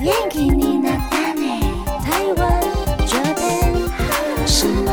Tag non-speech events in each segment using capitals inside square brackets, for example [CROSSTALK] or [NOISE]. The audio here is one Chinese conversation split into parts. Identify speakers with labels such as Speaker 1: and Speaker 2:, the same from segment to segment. Speaker 1: 元気になったね台湾这边什么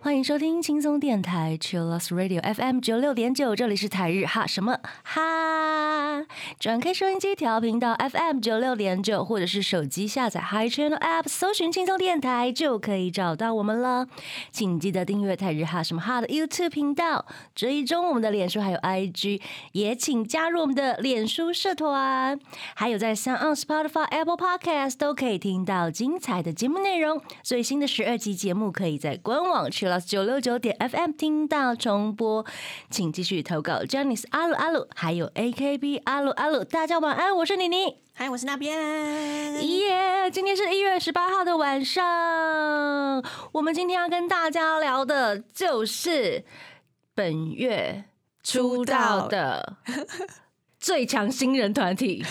Speaker 2: 欢迎收听轻松电台 Chillus Radio FM 九六点九，这里是台日哈什么哈，转开收音机调频道 FM 九六点九，或者是手机下载 Hi Channel App，搜寻轻松电台就可以找到我们了。请记得订阅台日哈什么哈的 YouTube 频道，追踪我们的脸书还有 IG，也请加入我们的脸书社团，还有在 s o n Spotify、Apple Podcast 都可以听到精彩的节目内容。最新的十二集节目可以在官网去了九六九点 FM 听到重播。请继续投稿 j a n i c e 阿鲁阿鲁，还有 AKB 阿鲁阿鲁。大家晚安，我是妮妮。
Speaker 3: 嗨，我是那边。
Speaker 2: 耶今天是一月十八号的晚上，我们今天要跟大家聊的就是本月出道的最强新人团 [LAUGHS] 体。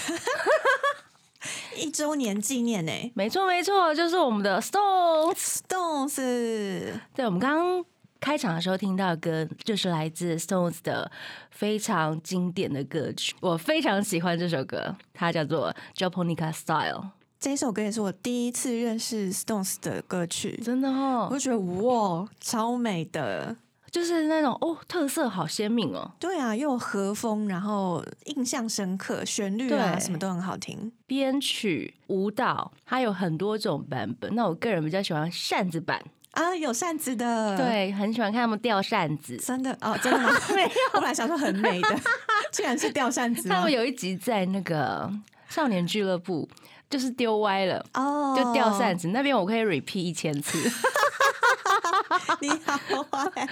Speaker 3: 一周年纪念呢、欸
Speaker 2: 没错，没错，就是我们的 Stones。
Speaker 3: s t o n e s
Speaker 2: 对，我们刚刚开场的时候听到的歌，就是来自 Stones 的非常经典的歌曲，我非常喜欢这首歌，它叫做《Japonica Style》。
Speaker 3: 这一首歌也是我第一次认识 Stones 的歌曲，
Speaker 2: 真的
Speaker 3: 我
Speaker 2: 哦
Speaker 3: 就，觉得哇，超美的。
Speaker 2: 就是那种哦，特色好鲜明哦。
Speaker 3: 对啊，又有和风，然后印象深刻，旋律啊
Speaker 2: 对
Speaker 3: 什么都很好听。
Speaker 2: 编曲、舞蹈，它有很多种版本。那我个人比较喜欢扇子版，
Speaker 3: 啊，有扇子的，，
Speaker 2: 对，很喜欢看他们吊扇子。
Speaker 3: 真的哦，真
Speaker 2: [LAUGHS]
Speaker 3: 的吗？没有，我本来想说很美的，竟然是吊扇子
Speaker 2: 他
Speaker 3: 吗
Speaker 2: 们？有一集在那个少年俱乐部，就是丢歪了，
Speaker 3: 哦，
Speaker 2: 就吊扇，子、那边，我可以 repeat 一千次。 [LAUGHS]
Speaker 3: 你好坏，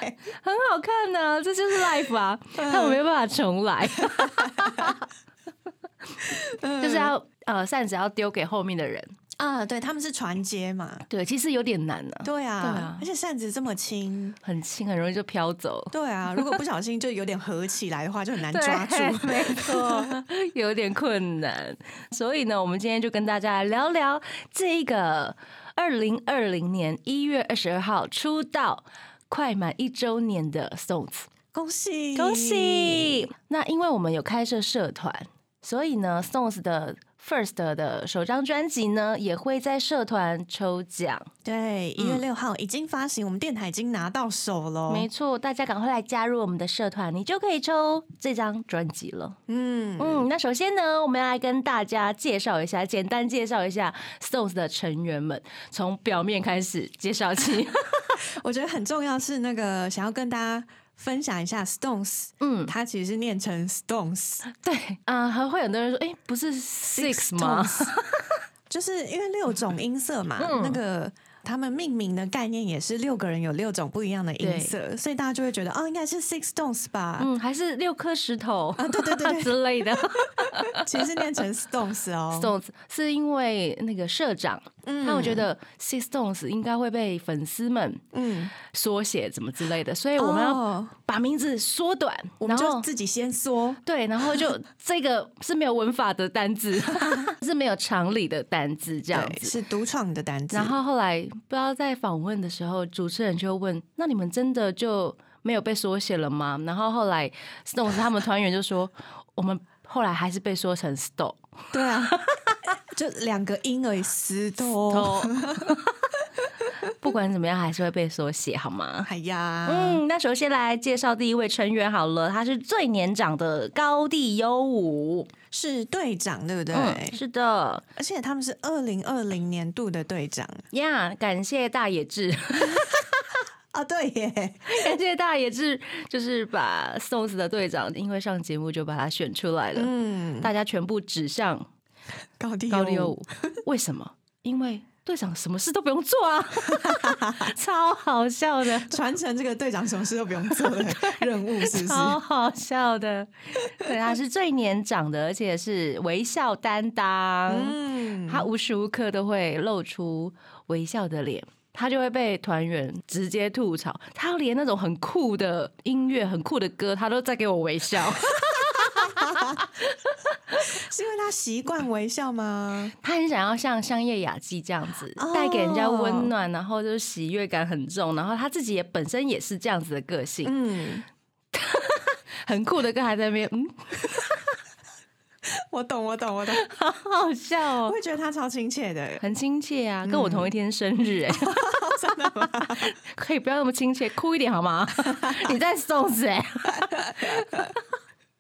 Speaker 2: 很好看呢、这就是 life 啊，
Speaker 3: 嗯
Speaker 2: 他们没办法重
Speaker 3: [LAUGHS]
Speaker 2: 来， [LAUGHS] 就是要
Speaker 3: 嗯
Speaker 2: 呃扇子要丢给后面的人，
Speaker 3: 啊，对，他们是传接嘛，
Speaker 2: 对，其实有点难呢、
Speaker 3: 对啊，
Speaker 2: 对啊
Speaker 3: 而且扇子这么轻，
Speaker 2: 很轻，很容易就飘走，
Speaker 3: 对啊，如果不小心就有点合起来的话，就很难
Speaker 2: 对
Speaker 3: 抓住。
Speaker 2: 没错， [LAUGHS] 有点困难。所以呢，我们今天就跟大家来聊聊这个二零二零年一月二十二号出道。快满一周年的 Stones，
Speaker 3: [LAUGHS] 恭喜
Speaker 2: 恭！喜！那因为我们有开设社团，所以呢，Stones 的 First 的首张专辑呢，也会在社团抽奖。
Speaker 3: 对，一月六号已经发行，我们电台已经拿到手了。
Speaker 2: 嗯没错，大家赶快来加入我们的社团，你就可以抽这张专辑了。
Speaker 3: 嗯，
Speaker 2: 嗯，那首先呢，我们要来跟大家介绍一下，简单介绍一下 Stones 的成员们，从表面开始介绍
Speaker 3: [LAUGHS]
Speaker 2: 起。
Speaker 3: 我觉得很重要是那个想要跟大家分享一下 Stones，
Speaker 2: 嗯，
Speaker 3: 它其实是念成 Stones
Speaker 2: 对啊，还会很多人说，哎、不是 Six 吗？
Speaker 3: Stones [LAUGHS] 就是因为六种音色嘛，
Speaker 2: 嗯
Speaker 3: 那个。他们命名的概念也是六个人有六种不一样的音色，所以大家就会觉得哦，应该是 Six Stones 吧，
Speaker 2: 嗯，还是六颗石头
Speaker 3: 啊对对对哦
Speaker 2: [LAUGHS]
Speaker 3: 对
Speaker 2: 之
Speaker 3: [LAUGHS]
Speaker 2: 类的。
Speaker 3: 其实是念成 Stones
Speaker 2: [LAUGHS]
Speaker 3: 哦。
Speaker 2: Stones 是因为那个社长，
Speaker 3: 嗯
Speaker 2: 他会觉得 Six Stones 应该会被粉丝们
Speaker 3: 嗯，
Speaker 2: 缩写怎么之类的，所以我们要
Speaker 3: 哦
Speaker 2: 把名字缩短，
Speaker 3: 我
Speaker 2: 然
Speaker 3: 们
Speaker 2: 后
Speaker 3: 就自己先说，
Speaker 2: 对，然后
Speaker 3: [LAUGHS]
Speaker 2: 就这个是没有文法的单字，是没有常理的单字这样
Speaker 3: 对
Speaker 2: 子。
Speaker 3: 是独创的单字。
Speaker 2: 然后后来不知道在访问的时候，主持人就问：“那你们真的就没有被缩写了吗？”然后后来 Stones 他们团员就说：“我们后来还是被说成 Stone。”
Speaker 3: 对啊， [LAUGHS] 就两个音而已，石头。
Speaker 2: 偷。哦
Speaker 3: [LAUGHS]
Speaker 2: 不管怎么样，还是会被缩写，好吗？
Speaker 3: 哎呀，
Speaker 2: 嗯，那首先来介绍第一位成员好了，他是最年长的高地优武，
Speaker 3: 是队长对不对？
Speaker 2: 嗯，是的，
Speaker 3: 而且他们是二零二零年度的队长
Speaker 2: 呀、感谢大野智， [LAUGHS]
Speaker 3: 啊，对耶，
Speaker 2: 感谢大野智，就是把 Stones 的队长，因为上节目就把他选出来了，
Speaker 3: 嗯，
Speaker 2: 大家全部指向
Speaker 3: 高地
Speaker 2: 高地优
Speaker 3: 有
Speaker 2: 武，为什么？因为队长什么事都不用做
Speaker 3: [LAUGHS]
Speaker 2: 啊，超好笑的。
Speaker 3: 传承这个队长什么事都不用做
Speaker 2: [LAUGHS]
Speaker 3: 的任务，是不是？
Speaker 2: 超好笑的。对，他是最年长的，而且是微笑担当，
Speaker 3: 嗯，
Speaker 2: 他无时无刻都会露出微笑的脸。他就会被团员直接吐槽，他连那种很酷的音乐、很酷的歌，他都在给我微
Speaker 3: [LAUGHS]
Speaker 2: 笑。
Speaker 3: 是因为他习惯微笑吗？
Speaker 2: 他很想要像香叶雅纪这样子
Speaker 3: 哦，
Speaker 2: 带给人家温暖，然后就是喜悦感很重，然后他自己也本身也是这样子的个性， [LAUGHS]
Speaker 3: 嗯，
Speaker 2: 很酷的歌还在那边，嗯，
Speaker 3: 我懂，我懂，我懂，
Speaker 2: 好好笑
Speaker 3: 我嗯
Speaker 2: 哦，，
Speaker 3: 会觉得他超亲切的 [LAUGHS]
Speaker 2: 很亲切啊，跟我同一天生日哎、
Speaker 3: 真的吗？
Speaker 2: 可以不要那么亲切，酷一点好吗？ [LAUGHS] 你在送谁？
Speaker 3: [LAUGHS]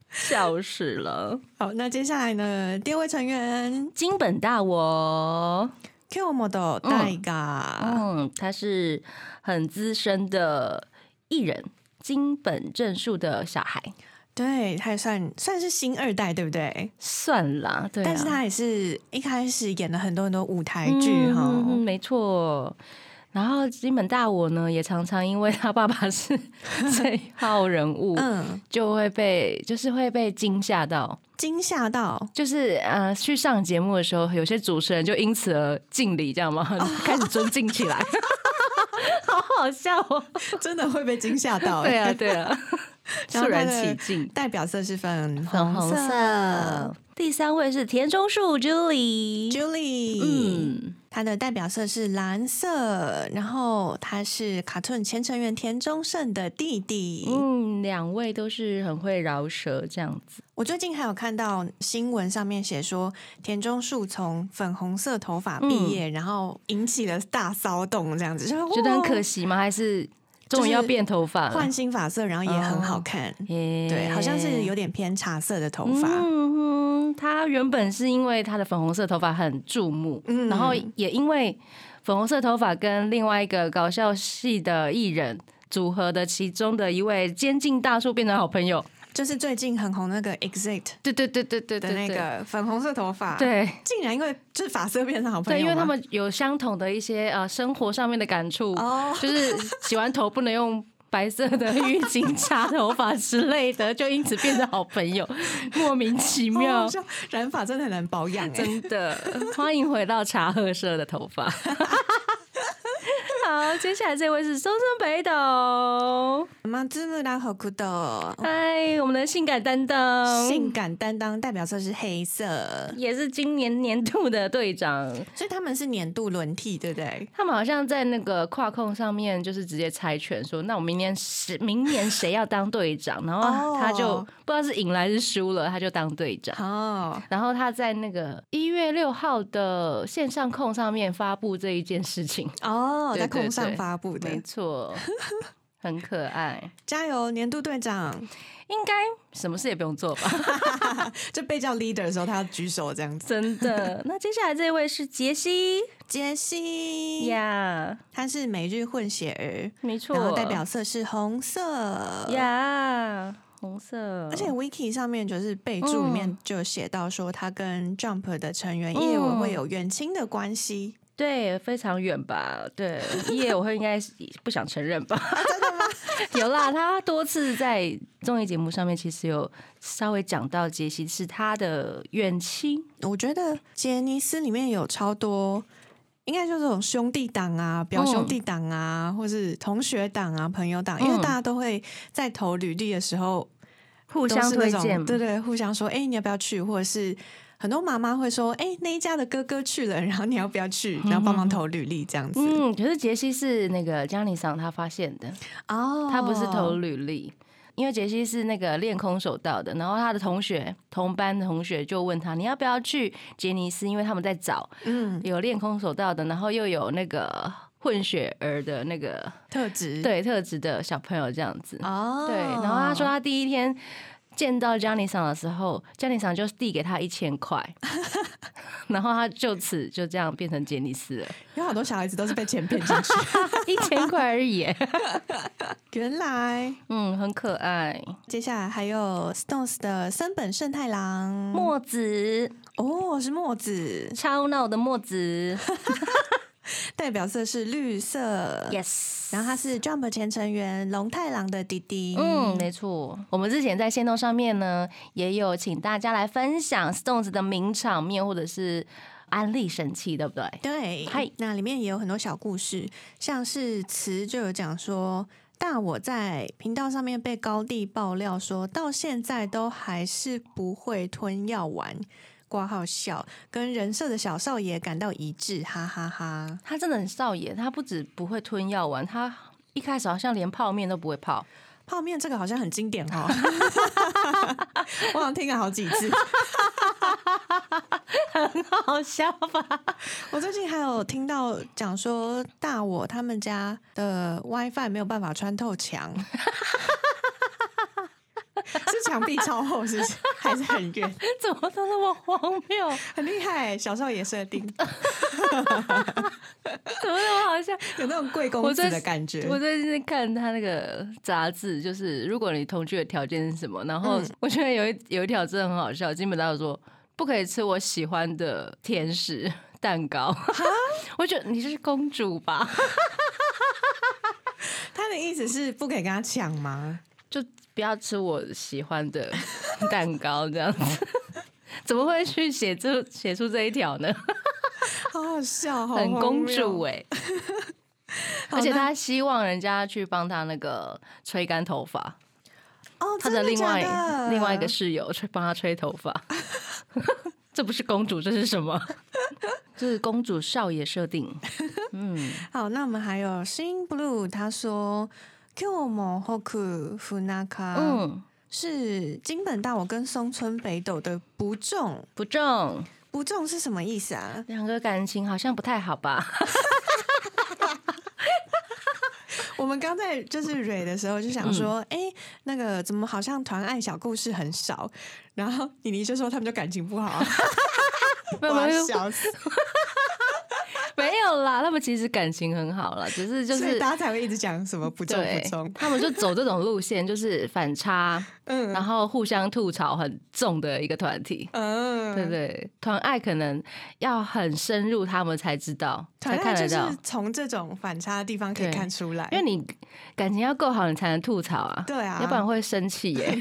Speaker 2: 笑死了，
Speaker 3: 好，那接下来呢？第二位成员
Speaker 2: 金本大我，
Speaker 3: Q Model 代嘎，
Speaker 2: 嗯，他是很资深的艺人，金本正树的小孩，
Speaker 3: 对，他也算算是新二代，对不对？
Speaker 2: 算啦，对、啊，
Speaker 3: 但是他也是一开始演了很多很多舞台剧
Speaker 2: 嗯
Speaker 3: 哈，
Speaker 2: 嗯嗯没错。然后金本大我呢，也常常因为他爸爸是这一号人物，
Speaker 3: 嗯，
Speaker 2: 就会被就是会被惊吓到，
Speaker 3: 惊吓到，
Speaker 2: 就是呃去上节目的时候，有些主持人就因此而敬礼，这样吗？ [LAUGHS] 开始尊敬起来， [LAUGHS] 好好笑哦！
Speaker 3: 真的会被惊吓到，
Speaker 2: 对
Speaker 3: [LAUGHS]
Speaker 2: 啊，对啊，
Speaker 3: 然
Speaker 2: 肃
Speaker 3: 后他
Speaker 2: 然
Speaker 3: 的
Speaker 2: 起敬。
Speaker 3: 代表色是粉
Speaker 2: 粉
Speaker 3: 红
Speaker 2: 红色，呃第三位是田中树 Julie，
Speaker 3: Julie，
Speaker 2: 嗯，
Speaker 3: 它的代表色是蓝色，然后他是卡顿前成员田中胜的弟弟。
Speaker 2: 嗯，两位都是很会饶舌这样子。
Speaker 3: 我最近还有看到新闻上面写说，田中树从粉红色头发
Speaker 2: 嗯
Speaker 3: 毕业，然后引起了大骚动，这样子，就是
Speaker 2: 觉得很可
Speaker 3: 哇
Speaker 2: 惜吗？还是终于要变头发了？
Speaker 3: 哦
Speaker 2: 哦
Speaker 3: 换新发色，然后也很好看。
Speaker 2: 耶
Speaker 3: 对，好像是有点偏茶色的头发。
Speaker 2: 嗯哼，他原本是因为他的粉红色头发很注目，
Speaker 3: 嗯
Speaker 2: 然后也因为粉红色头发跟另外一个搞笑系的艺人组合的其中的一位监禁大叔变成好朋友。
Speaker 3: 就是最近很红那个 Exit
Speaker 2: 对对对对对
Speaker 3: 的
Speaker 2: 对
Speaker 3: 那
Speaker 2: 对。
Speaker 3: 个粉红色头发，，
Speaker 2: 对
Speaker 3: 竟然因为就是发色变成好朋友
Speaker 2: 对，
Speaker 3: 吗，
Speaker 2: 因为他们有相同的一些呃生活上面的感触，
Speaker 3: 哦
Speaker 2: [LAUGHS] 就是洗完头不能用白色的浴巾擦头发之类的，就因此变成好朋友，莫名其
Speaker 3: 好
Speaker 2: 妙
Speaker 3: 哦好。笑染发真的很难保养、欸，
Speaker 2: 真的，欢迎回到茶褐色的头发。 [LAUGHS] 好，接下来这位是松松北斗，
Speaker 3: 马兹木拉和库斗，
Speaker 2: 嗨，我们的性感担当，
Speaker 3: 性感担当代表色是黑色，
Speaker 2: 也是今年年度的队长。
Speaker 3: 所以他们是年度轮替，对不对？
Speaker 2: 他们好像在那个跨控上面，就是直接猜拳说，那我明年是明年谁要当队长，然后
Speaker 3: 哦
Speaker 2: 他就不知道是赢了还是输了，他就当队长。
Speaker 3: 哦，
Speaker 2: 然后他在那个一月六号的线上控上面发布这一件事情，
Speaker 3: 哦，
Speaker 2: 对
Speaker 3: 在
Speaker 2: 对
Speaker 3: 空上
Speaker 2: 对
Speaker 3: 发布的，
Speaker 2: 没错，很可爱。
Speaker 3: 加油，年度队长！
Speaker 2: [LAUGHS] 应该什么事也不用做吧？
Speaker 3: 就被叫 leader 的时候，他要举手这样子。
Speaker 2: 真的。那接下来这位是杰 [LAUGHS] 西
Speaker 3: 杰西，
Speaker 2: 呀
Speaker 3: 他是每日混血儿，
Speaker 2: 没错，
Speaker 3: 然后代表色是红色。
Speaker 2: 呀红色，
Speaker 3: 而且 Wiki 上面就是备注里面
Speaker 2: 嗯
Speaker 3: 就有写到说，他跟 Jump 的成员叶文
Speaker 2: 嗯
Speaker 3: 会有远亲的关系。
Speaker 2: 对，非常远吧？对，叶我会应该是不想承认吧？
Speaker 3: 啊
Speaker 2: [LAUGHS] 有啦，他多次在综艺节目上面其实有稍微讲到杰西是他的远亲，
Speaker 3: 我觉得杰尼斯里面有超多，应该就是这种兄弟党啊、表兄弟党啊，或是同学党啊、朋友党，因为
Speaker 2: 嗯
Speaker 3: 大家都会在投履历的时候
Speaker 2: 互
Speaker 3: 互
Speaker 2: 相推荐，
Speaker 3: 对对，互相说，哎、你要不要去？或者是很多妈妈会说，哎、那一家的哥哥去了， [LAUGHS] 然后你要不要去？然后帮忙投履历这样子。
Speaker 2: 嗯，可是杰西是那个江里桑他发现的，
Speaker 3: 哦，
Speaker 2: 他不是投履历，因为杰西是那个练空手道的，然后他的同学同班的同学就问他你要不要去杰尼斯，因为他们在找
Speaker 3: 嗯
Speaker 2: 有练空手道的，然后又有那个混血儿的那个
Speaker 3: 特质
Speaker 2: 对特质的小朋友这样子。
Speaker 3: 哦，
Speaker 2: 对，然后他说他第一天。见到 Johnny 桑的时候，Johnny 桑就递给他一千块，然后他就此就这样变成杰尼斯了，
Speaker 3: 有好多小孩子都是被钱骗进去， [LAUGHS]
Speaker 2: 一千块而已耶， [LAUGHS]
Speaker 3: 原来。
Speaker 2: 嗯，很可爱。
Speaker 3: 接下来还有 Stones 的森本胜太郎，
Speaker 2: 墨子，
Speaker 3: 哦，是墨子，
Speaker 2: 超闹的墨子
Speaker 3: 代表色是绿色。 [LAUGHS]
Speaker 2: ，yes。
Speaker 3: 然后他是 Jump 前成员龙太郎的弟弟。
Speaker 2: 嗯，，没错。我们之前在线动上面呢，也有请大家来分享 Stones 的名场面，或者是安利神器，对不对？
Speaker 3: 对
Speaker 2: 嗨。
Speaker 3: 那里面也有很多小故事，像是词就有讲说。大我在频道上面被高地爆料说，到现在都还是不会吞药丸，挂号笑，跟人设的小少爷感到一致，哈哈哈。
Speaker 2: 他真的很少爷，他不止不会吞药丸，他一开始好像连泡面都不会泡，
Speaker 3: 泡面这个好像很经典哦， [LAUGHS] 我好像听了好几次。
Speaker 2: [LAUGHS] 好笑吧？
Speaker 3: 我最近还有听到讲说，大我他们家的 WiFi 没有办法穿透
Speaker 2: [LAUGHS]
Speaker 3: 墙，是墙壁超厚，是不是？还是很远？
Speaker 2: [LAUGHS] 怎么都那么荒谬？
Speaker 3: 很厉害，欸小少爷设定
Speaker 2: 怎么那么好笑？
Speaker 3: 有那种贵公
Speaker 2: 我
Speaker 3: 子
Speaker 2: 最
Speaker 3: 的感觉。
Speaker 2: 我最近在看他那个杂志，就是如果你同居的条件是什么，然后我觉得有一有一条真的很好笑，基本上说不可以吃我喜欢的甜食蛋糕。 [LAUGHS] 我觉得你是公主吧？
Speaker 3: 他的意思是不可以跟他抢吗？
Speaker 2: 就不要吃我喜欢的蛋糕这样子。 [LAUGHS] 怎么会去写出写出这一条呢？
Speaker 3: 好好笑，好
Speaker 2: 很公
Speaker 3: 荒
Speaker 2: 主
Speaker 3: 谬哦
Speaker 2: 哎、
Speaker 3: [LAUGHS] 好
Speaker 2: 而且
Speaker 3: 那
Speaker 2: 她希望人家去帮她那个吹干头发，
Speaker 3: 哦，
Speaker 2: 她
Speaker 3: 真的
Speaker 2: 另
Speaker 3: 假
Speaker 2: 外
Speaker 3: 的
Speaker 2: 另外一个室友吹帮她吹头发， [LAUGHS] 这不是公主，这是什
Speaker 3: [LAUGHS]
Speaker 2: 么？这是公主少爷设定。嗯，
Speaker 3: 好，那我们还有新 blue，他说 Q 某 Hoku Funaka，
Speaker 2: 嗯，
Speaker 3: 是金本大我跟松村北斗的不中，
Speaker 2: 不中，
Speaker 3: 不中是什么意思啊？ [LAUGHS]
Speaker 2: 两个感情好像不太好吧？
Speaker 3: 我们刚在就是蕊的时候就
Speaker 2: 嗯
Speaker 3: 想说，哎、那个怎么好像团爱小故事很少？然后妮妮就说他们就感情不好，
Speaker 2: [LAUGHS] 没
Speaker 3: [LAUGHS]
Speaker 2: 有
Speaker 3: 我要
Speaker 2: 没有
Speaker 3: 笑死，
Speaker 2: 没有啦，他们其实感情很好啦，只 [LAUGHS] 是就
Speaker 3: 所以
Speaker 2: 是
Speaker 3: 大家才会一直讲什么不中
Speaker 2: 对
Speaker 3: 不中，，
Speaker 2: 他们就走这种路线，就是反差，
Speaker 3: 嗯
Speaker 2: 然后互相吐槽很重的一个团体。
Speaker 3: 嗯，
Speaker 2: 对对，团爱可能要很深入，他们才知道，才
Speaker 3: 团
Speaker 2: 看
Speaker 3: 爱
Speaker 2: 得
Speaker 3: 就
Speaker 2: 到
Speaker 3: 是。从这种反差的地方可以
Speaker 2: 对
Speaker 3: 看出来，
Speaker 2: 因为你感情要够好，你才能吐槽啊，
Speaker 3: 对啊
Speaker 2: 要不然会生气耶，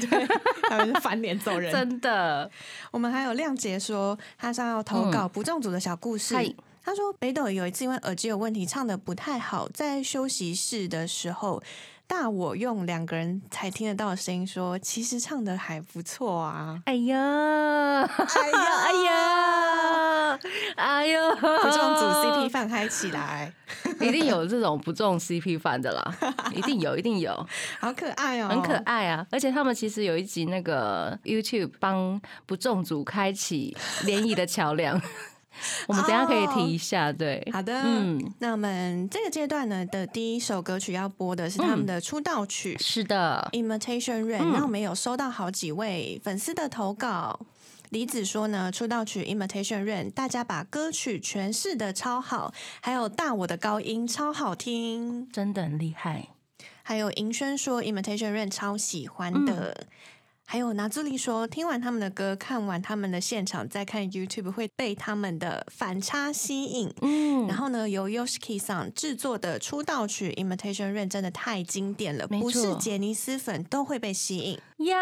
Speaker 3: 他们是翻脸走人。
Speaker 2: [LAUGHS] 真的。
Speaker 3: 我们还有亮杰说，他想要
Speaker 2: 嗯
Speaker 3: 投稿不中组的小故事。
Speaker 2: 嗨
Speaker 3: 他说，北斗有一次因为耳机有问题，唱的不太好，在休息室的时候，大我用两个人才听得到的声音说，其实唱的还不
Speaker 2: [LAUGHS]
Speaker 3: 错啊。
Speaker 2: 哎呀，哎呀，哎呀，哎呦，
Speaker 3: 不
Speaker 2: 不
Speaker 3: 中组 CP 饭嗨起来，
Speaker 2: 一定有这种不中 CP 饭的啦，一定有，一定
Speaker 3: [LAUGHS]
Speaker 2: 有。
Speaker 3: 好可爱哦，
Speaker 2: 很可。爱啊！而且他们其实有一集那个 YouTube 帮不中组开启联谊的桥梁， [LAUGHS] 我们等一下可以提一下。对，
Speaker 3: 好的，
Speaker 2: 嗯，
Speaker 3: 那我们这个阶段呢的第一首歌曲要播的是他
Speaker 2: 嗯
Speaker 3: 们的出道曲。
Speaker 2: 是的，
Speaker 3: Imitation Rain，、
Speaker 2: 嗯
Speaker 3: 那我们有收到好几位粉丝的投稿。李子说呢，出道曲《Imitation Rain》，大家把歌曲诠释的超好，还有大我的高音超好听。
Speaker 2: 真的很厉害。
Speaker 3: 还有银轩说，《Imitation Rain》超喜欢的。
Speaker 2: 嗯
Speaker 3: 还有拿朱莉说，听完他们的歌，看完他们的现场，再看 YouTube 会被他们的反差吸引。
Speaker 2: 嗯
Speaker 3: 然后呢，由 Yoshiki 上制作的出道曲《Imitation Rain》真的太经典了，
Speaker 2: 没
Speaker 3: 不是
Speaker 2: 错
Speaker 3: 杰尼斯粉都会被吸引。
Speaker 2: 呀，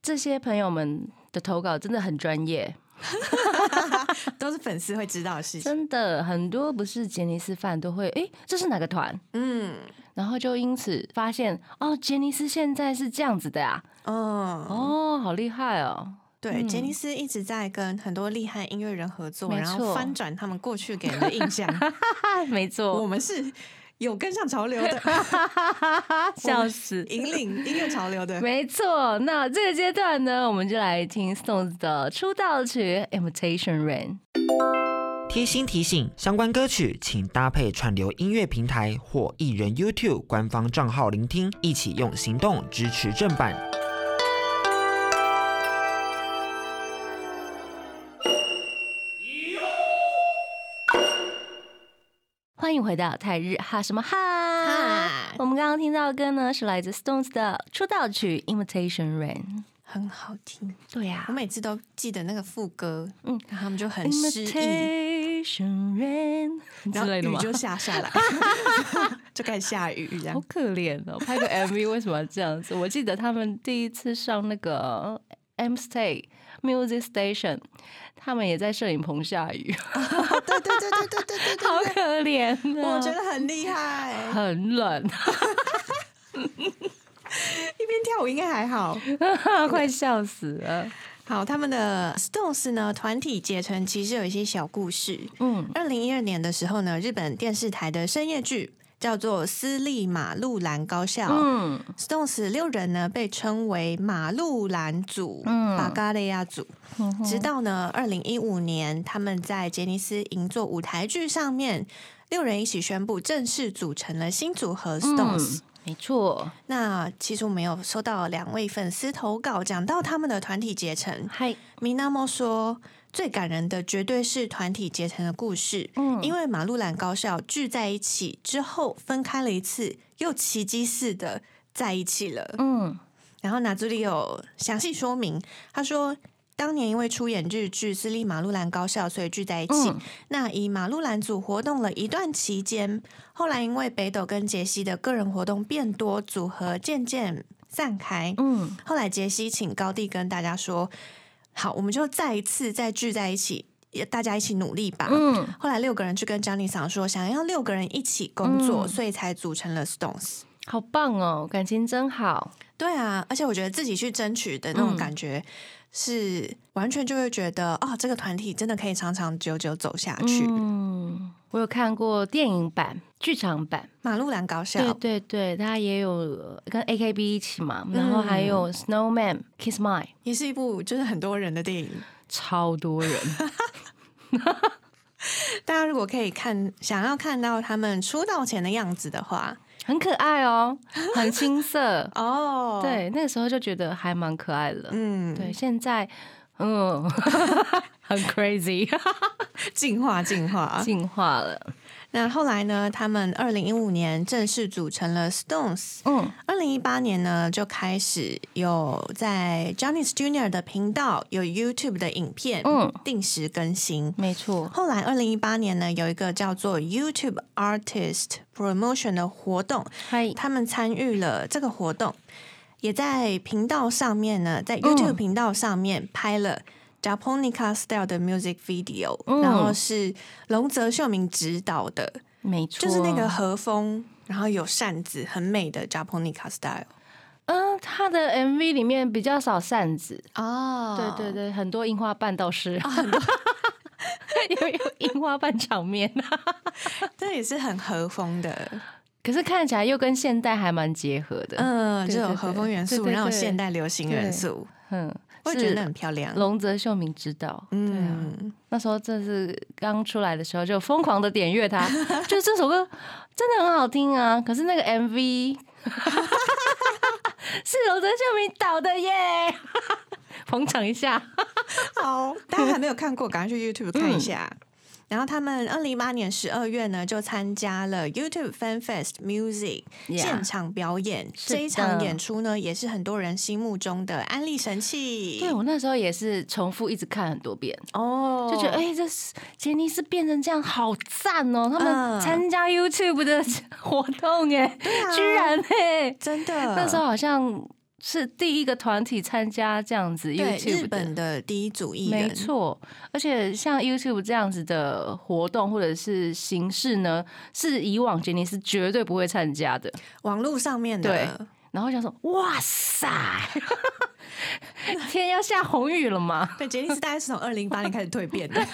Speaker 2: 这些朋友们的投稿真的很专业，
Speaker 3: 都是粉丝会知道的事情。
Speaker 2: 真的很多不是杰尼斯饭都会，诶，这是哪个团？
Speaker 3: 嗯，
Speaker 2: 然后就因此发现，哦，杰尼斯现在是这样子的啊，
Speaker 3: 哦，
Speaker 2: 哦，好厉害哦，
Speaker 3: 对，杰尼斯一直在跟很多厉害音乐人合作，
Speaker 2: 没
Speaker 3: 然
Speaker 2: 错
Speaker 3: 后翻转他们过去给人的印
Speaker 2: [LAUGHS]
Speaker 3: 象。
Speaker 2: 啊， [LAUGHS] 没错
Speaker 3: 我，们是有跟上潮流的，
Speaker 2: [LAUGHS] 笑死。
Speaker 3: 引领音乐潮流的。
Speaker 2: 没错，那这个阶段呢，我们就来听 Stones 的出道曲《Imitation Rain》。
Speaker 4: 贴心提醒：相关歌曲请搭配串流音乐平台或艺人 YouTube 官方账号聆听，一起用行动支持正版。
Speaker 2: 欢迎回到泰日哈什么哈。
Speaker 3: 啊，
Speaker 2: 我们刚刚听到的歌呢，是来自 Stones 的出道曲《Imitation Rain》。
Speaker 3: 很好听，
Speaker 2: 对呀、
Speaker 3: 我每次都记得那个副歌，嗯
Speaker 2: 嗯，
Speaker 3: 然后他们就很诗意，
Speaker 2: Imitation Rain
Speaker 3: 然
Speaker 2: 之
Speaker 3: 后
Speaker 2: 类的
Speaker 3: 雨
Speaker 2: 吗？
Speaker 3: 就下
Speaker 2: [LAUGHS]
Speaker 3: 下来，就开始下雨这
Speaker 2: 好
Speaker 3: 样。
Speaker 2: 可怜哦， [LAUGHS] 拍个 MV 为什么要这样子？我记得他们第一次上那个呃 M Stay Music Station，他们也在摄影棚下
Speaker 3: [LAUGHS]
Speaker 2: 雨，
Speaker 3: 啊对对对对对对对
Speaker 2: 好
Speaker 3: 对
Speaker 2: 可怜、啊
Speaker 3: 对，我觉得很厉害，
Speaker 2: 很冷， [LAUGHS]
Speaker 3: 一边跳舞应该还好。
Speaker 2: 快笑死了。
Speaker 3: 好，他们的 Stones 呢，团体结成其实有一些小故事。
Speaker 2: 嗯，
Speaker 3: 二零一二年的时候呢，日本电视台的深夜剧叫做私立马路兰高校。
Speaker 2: 嗯
Speaker 3: Stones 六人呢被称为马路兰组、
Speaker 2: 嗯
Speaker 3: 巴嘎利亚组，直到呢二零一五年，他们在杰尼斯银座舞台剧上面，六人一起宣布正式组成了新组合 Stones。
Speaker 2: 嗯，没错，
Speaker 3: 那其实我们有收到两位粉丝投稿，讲到他们的团体结成。
Speaker 2: 嗨，
Speaker 3: 米娜莫说，最感人的绝对是团体结成的故事，
Speaker 2: 嗯
Speaker 3: 因为马路兰高校聚在一起之后分开了一次，又奇迹似的在一起了。
Speaker 2: 嗯
Speaker 3: 然后拿朱里有详细说明，他说。当年因为出演日剧《私立马路兰高校》，所以聚在一起。
Speaker 2: 嗯
Speaker 3: 那以马路兰组活动了一段期间，后来因为北斗跟杰西的个人活动变多，组合渐渐散开。
Speaker 2: 嗯，
Speaker 3: 后来杰西请高地跟大家说：“好，我们就再一次再聚在一起，也大家一起努力吧。”
Speaker 2: 嗯，
Speaker 3: 后来六个人去跟 Johnny 桑说，想要六个人一起工作，
Speaker 2: 嗯
Speaker 3: 所以才组成了 Stones。
Speaker 2: 好棒哦，感情真好，
Speaker 3: 对啊，而且我觉得自己去争取的那种
Speaker 2: 嗯
Speaker 3: 感觉，是完全就会觉得哦，这个团体真的可以长长久久走下去。
Speaker 2: 嗯，我有看过电影版、剧场版，
Speaker 3: 马路兰高校，
Speaker 2: 对对对，他也有呃跟 AKB 一起嘛，然后还有 Snowman、Kiss My，
Speaker 3: 也是一部就是很多人的电影。
Speaker 2: 超多人，
Speaker 3: 大家如果可以看，想要看到他们出道前的样子的话，，
Speaker 2: [LAUGHS] 很可爱哦，很青涩 [LAUGHS]
Speaker 3: 哦，，
Speaker 2: 对，那个时候就觉得还蛮可爱的，
Speaker 3: 嗯，
Speaker 2: 对，，现在 [LAUGHS] 嗯，很 crazy，
Speaker 3: 进化进化。
Speaker 2: 进化了，
Speaker 3: 那后来呢，他们二零一五年正式组成了 Stones。
Speaker 2: 嗯
Speaker 3: 二零一八年呢，就开始有在 Johnny Junior 的频道有 YouTube 的影片，
Speaker 2: 嗯，
Speaker 3: 定时更新。
Speaker 2: 没错，
Speaker 3: 后来，二零一八年呢，有一个叫做 YouTube Artist Promotion 的活动，
Speaker 2: 嗨，
Speaker 3: 他们参与了这个活动，也在频道上面呢，
Speaker 2: 嗯
Speaker 3: 在 YouTube 频道上面拍了 Japonica Style 的 music video，、
Speaker 2: 嗯
Speaker 3: 然后是龙泽秀明执导的，
Speaker 2: 没错，
Speaker 3: 就是那个和风，然后有扇子，很美的 Japonica Style。
Speaker 2: 嗯，他的 MV 里面比较少扇子，
Speaker 3: 哦啊
Speaker 2: 对对，对，很多樱花瓣倒是， [LAUGHS] 有有樱花瓣场面，
Speaker 3: 这也是很和风的，
Speaker 2: 可是看起来又跟现代还蛮结合的，
Speaker 3: 嗯，
Speaker 2: 对
Speaker 3: 这种
Speaker 2: 对
Speaker 3: 和风元
Speaker 2: 对
Speaker 3: 素，
Speaker 2: 对
Speaker 3: 然后
Speaker 2: 对
Speaker 3: 现代流行元素，
Speaker 2: 嗯，
Speaker 3: 我也觉得很漂亮
Speaker 2: 是。龙泽秀明指导，对啊，
Speaker 3: 嗯，
Speaker 2: 那时候这是刚出来的时候就疯狂的点阅它，
Speaker 3: [LAUGHS]
Speaker 2: 就是这首歌真的很好听啊，可是那个 MV
Speaker 3: [LAUGHS]
Speaker 2: [LAUGHS] 是龙泽秀明导的耶，捧场一下，
Speaker 3: 好，大家还没有看过，赶快 [LAUGHS] 去 YouTube 看一下。嗯然后他们二零一八年十二月呢，就参加了 YouTube Fan Fest Music 现场表演。
Speaker 2: 是的
Speaker 3: 这一场演出呢，也是很多人心目中的安利神器。
Speaker 2: 对我那时候也是重复一直看很多遍，
Speaker 3: 哦，
Speaker 2: 就觉得哎、这是杰尼斯变成这样好赞哦！他们
Speaker 3: 嗯
Speaker 2: 参加 YouTube 的 [LAUGHS] 活动哎、
Speaker 3: 啊嗯
Speaker 2: 居然哎、
Speaker 3: 真的，
Speaker 2: 那时候好像是第一个团体参加这样子
Speaker 3: 对
Speaker 2: YouTube
Speaker 3: 日本的第一组艺人，
Speaker 2: 没错，而且像 YouTube 这样子的活动或者是形式呢，是以往杰尼斯绝对不会参加的。
Speaker 3: 网络上面的
Speaker 2: 对。然后想说，哇塞， [LAUGHS] 天要下红雨了吗？
Speaker 3: 对，杰尼斯大概是从二零一八年开始蜕
Speaker 2: [LAUGHS]
Speaker 3: 变的。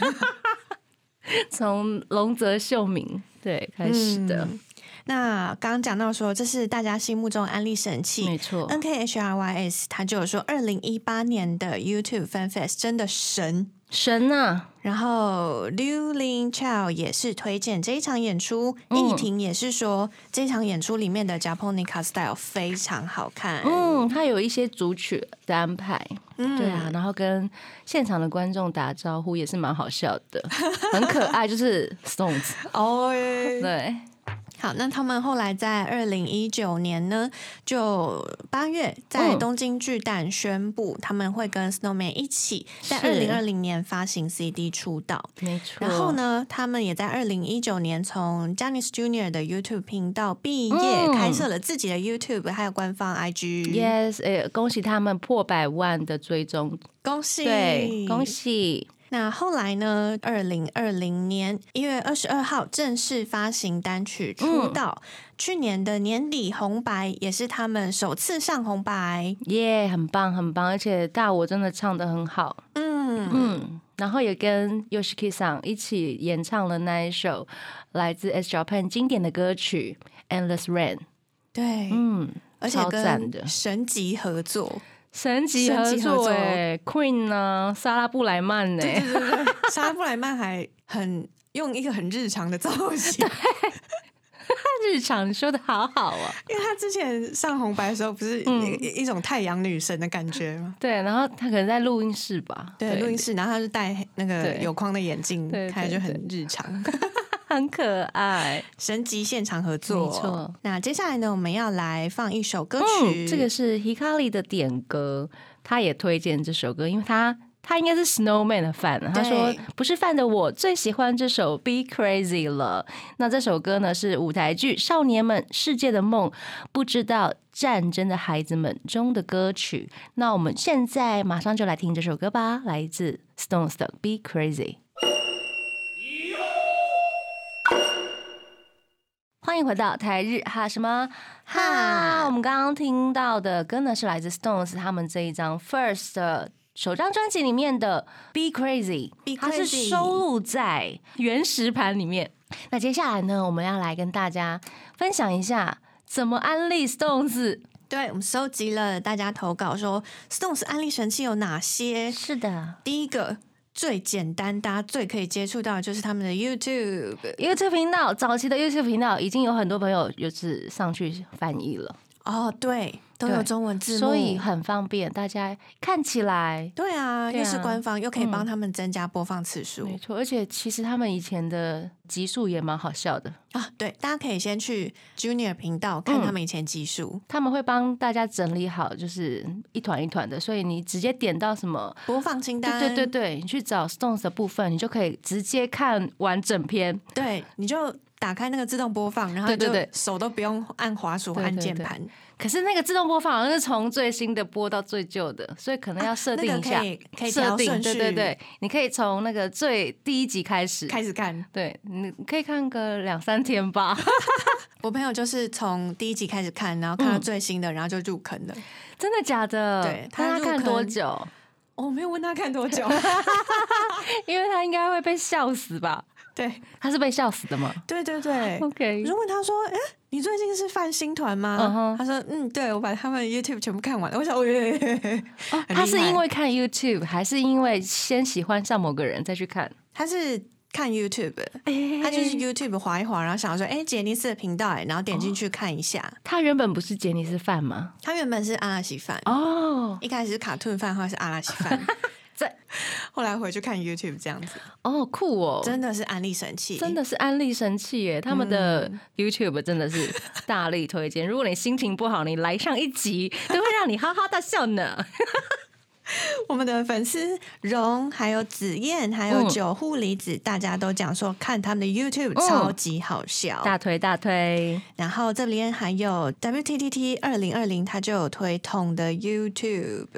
Speaker 2: 从龙泽秀明对开始的，
Speaker 3: 嗯那刚刚讲到说，这是大家心目中安利神器，
Speaker 2: 没错。
Speaker 3: N K H R Y S，他就有说，二零一八年的 YouTube Fan Fest 真的神。
Speaker 2: 神啊，
Speaker 3: 然后 Liu Lin Chao 也是推荐这一场演出，
Speaker 2: 嗯
Speaker 3: 艺婷也是说这场演出里面的 Japonica Style 非常好看。
Speaker 2: 嗯，他有一些组曲的安排，
Speaker 3: 嗯
Speaker 2: 对啊，，然后跟现场的观众打招呼也是蛮好笑的，
Speaker 3: [LAUGHS]
Speaker 2: 很可爱，就是 Stones，
Speaker 3: 哦、
Speaker 2: 对，
Speaker 3: 好，那他们后来在二零一九年呢，就八月在
Speaker 2: 嗯
Speaker 3: 东京巨蛋宣布他们会跟 Snowman 一起在
Speaker 2: 是
Speaker 3: 二零二零年发行 CD 出道。
Speaker 2: 没错。
Speaker 3: 然后？呢，他们也在二零一九年从 Janis Junior 的 YouTube 频道毕业，
Speaker 2: 嗯
Speaker 3: 开设了自己的 YouTube，还有官方 IG。
Speaker 2: Yes，诶、恭喜他们破百万的追踪，
Speaker 3: 恭喜！
Speaker 2: 对，恭！喜！
Speaker 3: 那后来呢？二零二零年一月二十二号正式发行单曲出道。
Speaker 2: 嗯
Speaker 3: 去年的年底红白也是他们首次上红白。
Speaker 2: 耶、很棒，很棒，而且大我真的唱的很好，
Speaker 3: 嗯，
Speaker 2: 嗯，然后也跟 Yoshiki 桑一起演唱了那一首来自 S Japan 经典的歌曲 Endless Rain》。
Speaker 3: 对，
Speaker 2: 嗯，
Speaker 3: 而且
Speaker 2: 超赞的
Speaker 3: 跟。神级合作，
Speaker 2: 神级
Speaker 3: 神
Speaker 2: 合
Speaker 3: 级合
Speaker 2: 作
Speaker 3: 作
Speaker 2: 哎、q u e e n 呢、莎拉布莱曼呢、
Speaker 3: 对对对
Speaker 2: [LAUGHS]
Speaker 3: 对，莎拉布莱曼还很用一个很日常的造型，
Speaker 2: 日常说的好好哦、
Speaker 3: 因为她之前上红白的时候不是一、
Speaker 2: 嗯
Speaker 3: 一一种太阳女神的感觉吗？
Speaker 2: 对，然后他可能在录音室吧，
Speaker 3: 对，录音室，然后她就戴那个
Speaker 2: 对
Speaker 3: 有框的眼镜
Speaker 2: 对，
Speaker 3: 看起
Speaker 2: 对
Speaker 3: 来就很日常。
Speaker 2: 很可爱。
Speaker 3: 神级现场合作，
Speaker 2: 没错。
Speaker 3: 那接下来呢，我们要来放一首歌曲，
Speaker 2: 嗯，这个是 Hikari 的点歌，他也推荐这首歌，因为他他应该是 Snowman 的 fan，他说不是 fan 的我最喜欢这首 Be Crazy 了。那这首歌呢是舞台剧《少年们世界的梦》，不知道战争的孩子们中的歌曲。那我们现在马上就来听这首歌吧，来自 Stones 的 Be Crazy。欢迎回到台日哈什么哈？
Speaker 3: 哈
Speaker 2: 我们刚刚听到的歌呢，是来自 Stones 他们这一张 First 的首张专辑里面的《Be Crazy》，
Speaker 3: Be
Speaker 2: 它是
Speaker 3: Crazy
Speaker 2: 收录在原石盘里面。那接下来呢，我们要来跟大家分享一下怎么安利 Stones。
Speaker 3: 对，我们收集了大家投稿说 Stones 安利神器有哪些？
Speaker 2: 是的
Speaker 3: 第一个最简单，大家最可以接触到的就是他们的 YouTube。
Speaker 2: ，YouTube 频道早期的 YouTube 频道已经有很多朋友就是上去翻译了，
Speaker 3: 哦，对，都有
Speaker 2: 对
Speaker 3: 中文字幕，
Speaker 2: 所以很方便，大家看起来
Speaker 3: 对啊，
Speaker 2: 对啊
Speaker 3: 又是官方，又可以
Speaker 2: 嗯
Speaker 3: 帮他们增加播放次数、
Speaker 2: 没错。而且其实他们以前的集数也蛮好笑的，
Speaker 3: 啊。对，大家可以先去 Junior 频道看
Speaker 2: 嗯
Speaker 3: 他们以前集数、
Speaker 2: 他们会帮大家整理好，就是一团一团的，所以你直接点到什么，
Speaker 3: 播放清单，
Speaker 2: 对对对对，你去找 Stones 的部分，你就可以直接看完整篇。
Speaker 3: 对你就打开那个自动播放，然后
Speaker 2: 对
Speaker 3: 你
Speaker 2: 对
Speaker 3: 就
Speaker 2: 对
Speaker 3: 手都不用按滑鼠
Speaker 2: 对对
Speaker 3: 按键
Speaker 2: 对
Speaker 3: 盘，
Speaker 2: 可是那个自动播放好像是从最新的播到最旧的，所以可能要设定一下，
Speaker 3: 啊那个可以可以
Speaker 2: 设
Speaker 3: 调
Speaker 2: 定
Speaker 3: 顺
Speaker 2: 对
Speaker 3: 序，
Speaker 2: 对对，你可以从那个最第一集开始。
Speaker 3: 开始看。
Speaker 2: 对，你可以看个两三天吧， [LAUGHS]
Speaker 3: 我朋友就是从第一集开始看，然后看到
Speaker 2: 嗯
Speaker 3: 最新的，然后就入坑了。
Speaker 2: 真的假的？
Speaker 3: 对他
Speaker 2: 那
Speaker 3: 入
Speaker 2: 他看多
Speaker 3: 坑
Speaker 2: 久？ [LAUGHS]
Speaker 3: 哦我没有问他看多久，
Speaker 2: 因为他应该会被笑死吧？
Speaker 3: [LAUGHS] 对
Speaker 2: 他是被笑死的吗
Speaker 3: 对对对。
Speaker 2: ？OK，
Speaker 3: 我就问他说：“哎、你最近是翻新团吗
Speaker 2: 嗯哼
Speaker 3: 他说：“嗯，对，我把他们 YouTube 全部看完了。”我想，哦，耶
Speaker 2: [LAUGHS] 哦，
Speaker 3: 很
Speaker 2: 他
Speaker 3: 厉
Speaker 2: 是
Speaker 3: 害
Speaker 2: 因为看 YouTube，还是因为先喜欢上某个人再去看？
Speaker 3: 他是看 YouTube，的
Speaker 2: 哎
Speaker 3: 他就是 YouTube 滑一滑，然后想说：“哎、杰尼斯的频道、哎，然后点
Speaker 2: 哦
Speaker 3: 进去看一下。
Speaker 2: 他原本不是杰尼斯范吗？
Speaker 3: 他原本是阿拉西饭，
Speaker 2: 哦
Speaker 3: 一开始是卡顿饭，后来是阿拉西饭
Speaker 2: [LAUGHS] 这，
Speaker 3: 后来回去看 YouTube 这样子，
Speaker 2: 哦，酷哦，
Speaker 3: 真的是安利神器，
Speaker 2: 真的是安利神器耶！他们的
Speaker 3: 嗯
Speaker 2: YouTube 真的是大力推荐。如果你心情不好，你来上一集，都会让你哈哈大笑呢。
Speaker 3: 我们的粉丝荣、还有子燕、还有
Speaker 2: 嗯
Speaker 3: 九护离子，大家都讲说看他们的 YouTube
Speaker 2: 嗯
Speaker 3: 超级 [LAUGHS] 好笑。
Speaker 2: 大推大推，
Speaker 3: 然后这边还有 WTTT 二零二零，他就有推同的 YouTube。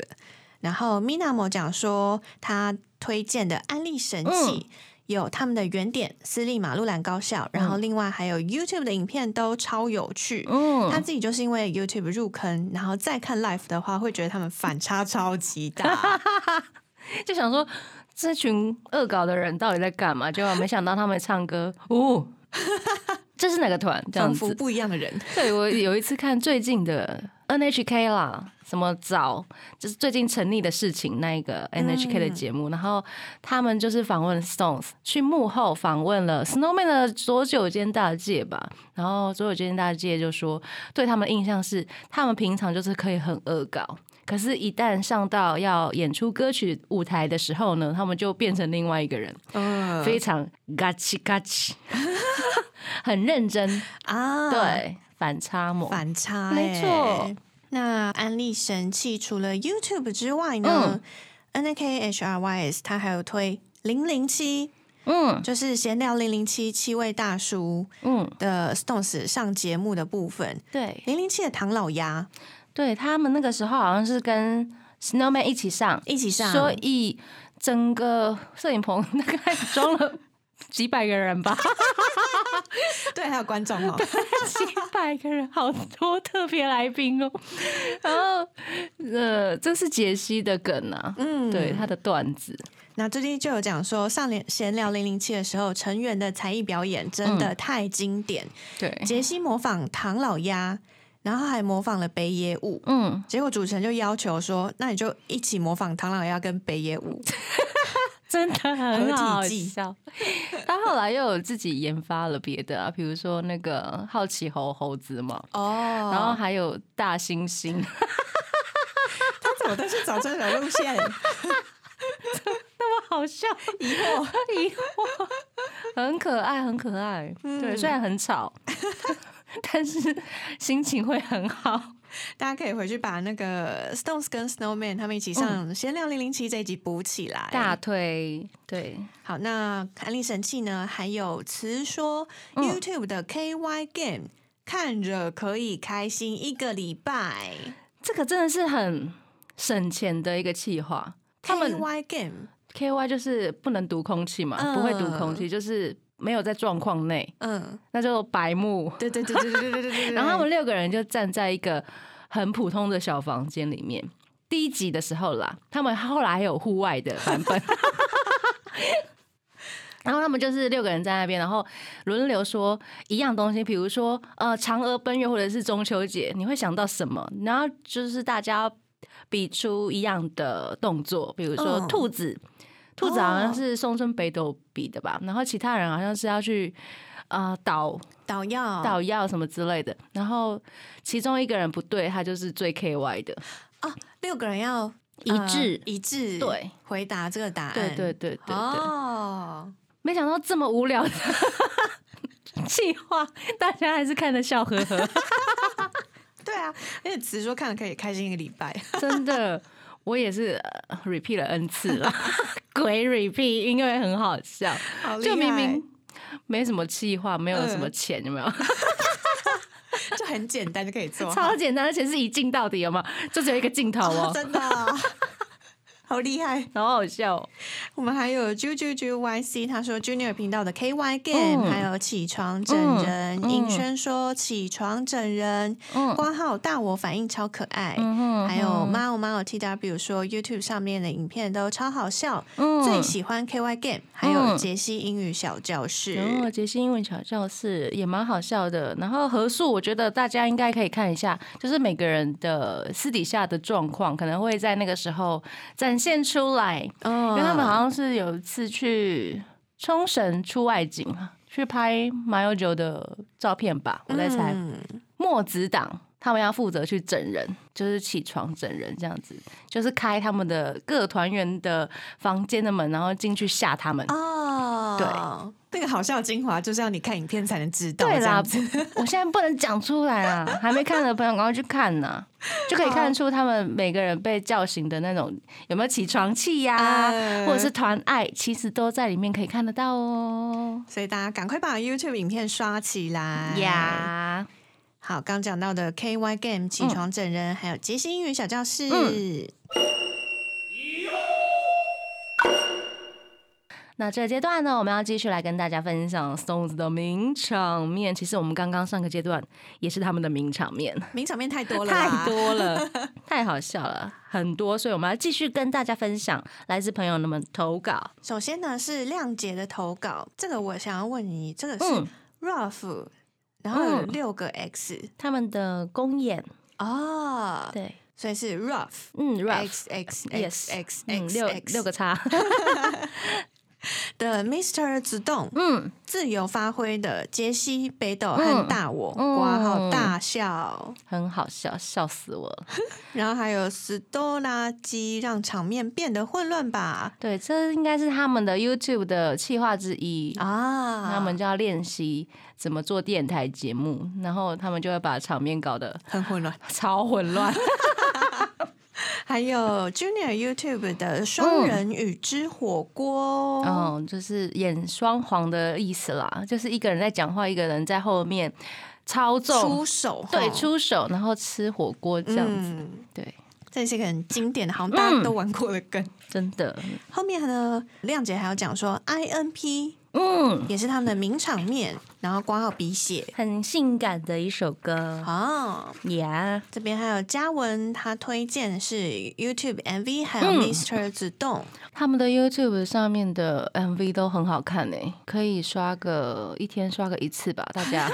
Speaker 3: 然后 Minamo 讲说，他推荐的安利神器。
Speaker 2: 嗯
Speaker 3: 有他们的原点私立马路兰高校，然后另外还有 YouTube 的影片都超有趣。
Speaker 2: 嗯
Speaker 3: 他自己就是因为 YouTube 入坑，然后再看 Live 的话，会觉得他们反差超级大。
Speaker 2: 就想说这群恶搞的人到底在干嘛？结果没想到他们唱歌，哦，这是哪个团？这样
Speaker 3: 仿
Speaker 2: 子
Speaker 3: 佛，不一样的人。
Speaker 2: 对我有一次看最近的 NHK 啦，什么早，就是最近成立的事情那一个 NHK 的节目，然后他们就是访问 Stones，去幕后访问了 Snowman 的左九间大介吧，然后左九间大介就说，对他们的印象是他们平常就是可以很恶搞。可是，一旦上到要演出歌曲舞台的时候呢，他们就变成另外一个人，
Speaker 3: 嗯
Speaker 2: 非常嘎叽嘎叽，很认真，
Speaker 3: 啊，，
Speaker 2: 对，反差萌，
Speaker 3: 反差、欸
Speaker 2: 没错。
Speaker 3: 那安利神器除了 YouTube 之外呢、n a k HRYS 它还有推零零七，
Speaker 2: 嗯
Speaker 3: 就是闲聊零零七七位大叔
Speaker 2: 嗯，
Speaker 3: 的 Stones 上节目的部分。
Speaker 2: 对，
Speaker 3: 零零七的唐老鸭
Speaker 2: 对他们那个时候好像是跟 Snowman 一起上，
Speaker 3: 一起上，
Speaker 2: 所以整个摄影棚大概装了 [LAUGHS] 几百个人吧，
Speaker 3: 对，还有观众哦，
Speaker 2: [LAUGHS] 几百个人，好多特别来宾哦。然后，呃，这是杰西的梗啊，
Speaker 3: [LAUGHS] 嗯，
Speaker 2: 对他的段子，
Speaker 3: 那最近就有讲说，上联闲聊零零七的时候，成员的才艺表演真的太经典。
Speaker 2: 对，
Speaker 3: 杰西模仿唐老鸭，然后还模仿了北野武。
Speaker 2: 嗯，
Speaker 3: 结果主持人就要求说，那你就一起模仿唐老鸭跟北野武。
Speaker 2: 真的很好
Speaker 3: 合体技
Speaker 2: 笑。他后来又有自己研发了别的、啊，比如说那个好奇猴猴子嘛，
Speaker 3: 哦， [LAUGHS]
Speaker 2: 然后还有大猩猩。
Speaker 3: 他怎么都是走这种路线？ [LAUGHS]
Speaker 2: 那么好笑， [LAUGHS] 疑惑疑惑， [LAUGHS] 很可爱，很可爱。对，虽然很吵， [LAUGHS] 但是心情会很好。
Speaker 3: 大家可以回去把那个 Stones 跟 Snowman 他们一起上《闲聊零零七》这一集补起来。
Speaker 2: [LAUGHS] 大腿，对，
Speaker 3: 好，那安利神器呢？还有词说
Speaker 2: 嗯
Speaker 3: YouTube 的 KY Game、看着可以开心一个礼拜。
Speaker 2: 这个真的是很省钱的一个计划。他们
Speaker 3: KY Game，
Speaker 2: K Y 就是不能读空气嘛，
Speaker 3: 嗯
Speaker 2: 不会读空气，就是没有在状况内，
Speaker 3: 嗯，
Speaker 2: 那就白目。
Speaker 3: 对对对对对对对对对。
Speaker 2: 然后他们六个人就站在一个很普通的小房间里面。第一集的时候啦，他们后来还有户外的版本。 [LAUGHS] 然后他们就是六个人在那边，然后轮流说一样东西，比如说呃嫦娥奔月或者是中秋节，你会想到什么？然后就是大家比出一样的动作，比如说
Speaker 3: 嗯
Speaker 2: 兔子，兔子好像是松村北斗比的吧，然后其他人好像是要去呃倒
Speaker 3: 导药
Speaker 2: 倒药什么之类的。然后其中一个人不对，他就是最 K Y 的。
Speaker 3: 哦，六个人要
Speaker 2: 一致
Speaker 3: 一致
Speaker 2: 对
Speaker 3: 回答这个答案。
Speaker 2: 对对对对对，
Speaker 3: 哦，
Speaker 2: 没想到这么无聊的 [LAUGHS] 计划，大家还是看得笑呵
Speaker 3: [LAUGHS]
Speaker 2: 呵，
Speaker 3: 对啊，而且词说看了可以开心一个礼拜。 [LAUGHS]
Speaker 2: 真的。我也是呃 repeat 了 n 次
Speaker 3: [LAUGHS]
Speaker 2: 了，鬼 repeat，因为很好笑，
Speaker 3: 好厉
Speaker 2: 就
Speaker 3: 害嗯
Speaker 2: 明明没什么计划，没有什么钱，有没
Speaker 3: [LAUGHS]
Speaker 2: 有？
Speaker 3: 就很简单就可以做
Speaker 2: [LAUGHS]
Speaker 3: 好，
Speaker 2: 超简单，而且是一镜到底，有没有？就只有一个镜头哦，
Speaker 3: [LAUGHS] 真的啊、好厉害！
Speaker 2: 好好笑、哦。
Speaker 3: 我们还有 J J J Y C，他说 Junior 频道的 K Y Game，、
Speaker 2: 嗯
Speaker 3: 还有起床整人，
Speaker 2: 嗯
Speaker 3: 尹、轩说起床整人，
Speaker 2: 嗯
Speaker 3: 挂、号大我反应超可爱。
Speaker 2: 嗯
Speaker 3: 还有哎妈我妈我 T W 说 YouTube 上面的影片都超好笑，
Speaker 2: 嗯
Speaker 3: 最喜欢 K Y Game，还有杰西英语小教室。
Speaker 2: 然后杰西英文小教室也蛮好笑的，然后合宿我觉得大家应该可以看一下，就是每个人的私底下的状况可能会在那个时候展现出来，
Speaker 3: 嗯，
Speaker 2: 因为他们好像是有一次去冲绳出外景啊去拍马友九的照片吧，我在猜。
Speaker 3: 嗯
Speaker 2: 墨子党他们要负责去整人，就是起床整人这样子，就是开他们的各团员的房间的门，然后进去吓他们。
Speaker 3: 哦，对，那个好笑精华就是要你看影片才能知道，
Speaker 2: 对
Speaker 3: 这
Speaker 2: 啦
Speaker 3: 样子
Speaker 2: 我现在不能讲出来啊，还没看的朋友赶快去看呐、就可以看出他们每个人被叫醒的那种有没有起床气呀、
Speaker 3: 嗯
Speaker 2: 或者是团爱，其实都在里面可以看得到哦。
Speaker 3: [LAUGHS] 所以大家赶快把 YouTube 影片刷起来
Speaker 2: 呀，
Speaker 3: 好，刚讲到的 KY Game 起床整人，还有杰西英语小教室。
Speaker 2: 嗯那这个阶段呢，我们要继续来跟大家分享 Stones 的名场面。其实我们刚刚上个阶段也是他们的名场面，
Speaker 3: 名场面太多了啦，
Speaker 2: 太多
Speaker 3: [LAUGHS]
Speaker 2: 了，太好笑了，很多，所以我们要继续跟大家分享来自朋友们的投稿。
Speaker 3: 首先呢是亮姐的投稿，这个我想要问你，这个
Speaker 2: 嗯
Speaker 3: 是 Rough，然后有
Speaker 2: 嗯
Speaker 3: 六个 X
Speaker 2: 他们的公演，
Speaker 3: 哦，
Speaker 2: 对，
Speaker 3: 所以是 Rough。
Speaker 2: 嗯 r u
Speaker 3: X X X
Speaker 2: Yes，
Speaker 3: X
Speaker 2: 嗯，
Speaker 3: X
Speaker 2: 六
Speaker 3: X
Speaker 2: 六个叉， [LAUGHS]
Speaker 3: 的 Mr. 子栋
Speaker 2: 嗯，
Speaker 3: 自由发挥的杰西北斗
Speaker 2: 嗯
Speaker 3: 和大我
Speaker 2: 嗯
Speaker 3: 挂号大笑，
Speaker 2: 很好笑，笑死我了。
Speaker 3: 然后还有斯多拉基让场面变得混乱吧
Speaker 2: 对，这应该是他们的 YouTube 的企划之一。
Speaker 3: 啊，
Speaker 2: 他 [LAUGHS] 们就要练习怎么做电台节目，然后他们就会把场面搞得 [LAUGHS]
Speaker 3: 很混乱。
Speaker 2: 超混乱。
Speaker 3: [LAUGHS] 还有 Junior YouTube 的双人与之火锅，
Speaker 2: [LAUGHS] 嗯，就是演双簧的意思啦，就是一个人在讲话，一个人在后面操纵，
Speaker 3: 出手
Speaker 2: 对，
Speaker 3: 吼
Speaker 2: 出手，然后吃火锅这样子。
Speaker 3: 嗯
Speaker 2: 对，
Speaker 3: 这也是一个很经典的，好像大家都玩过的梗。
Speaker 5: 真的，
Speaker 3: 后面呢，亮姐还要讲说，INP
Speaker 5: 嗯，
Speaker 3: 也是他们的名场面，然后挂号鼻血。
Speaker 5: 很性感的一首歌，
Speaker 3: 哦，
Speaker 5: 呀、
Speaker 3: 这边还有嘉文，他推荐的是 YouTube MV，还有
Speaker 5: 嗯
Speaker 3: Mr 子栋，
Speaker 2: 他们的 YouTube 上面的 MV 都很好看诶、可以刷个一天刷个一次吧，大
Speaker 3: [LAUGHS]
Speaker 2: 家。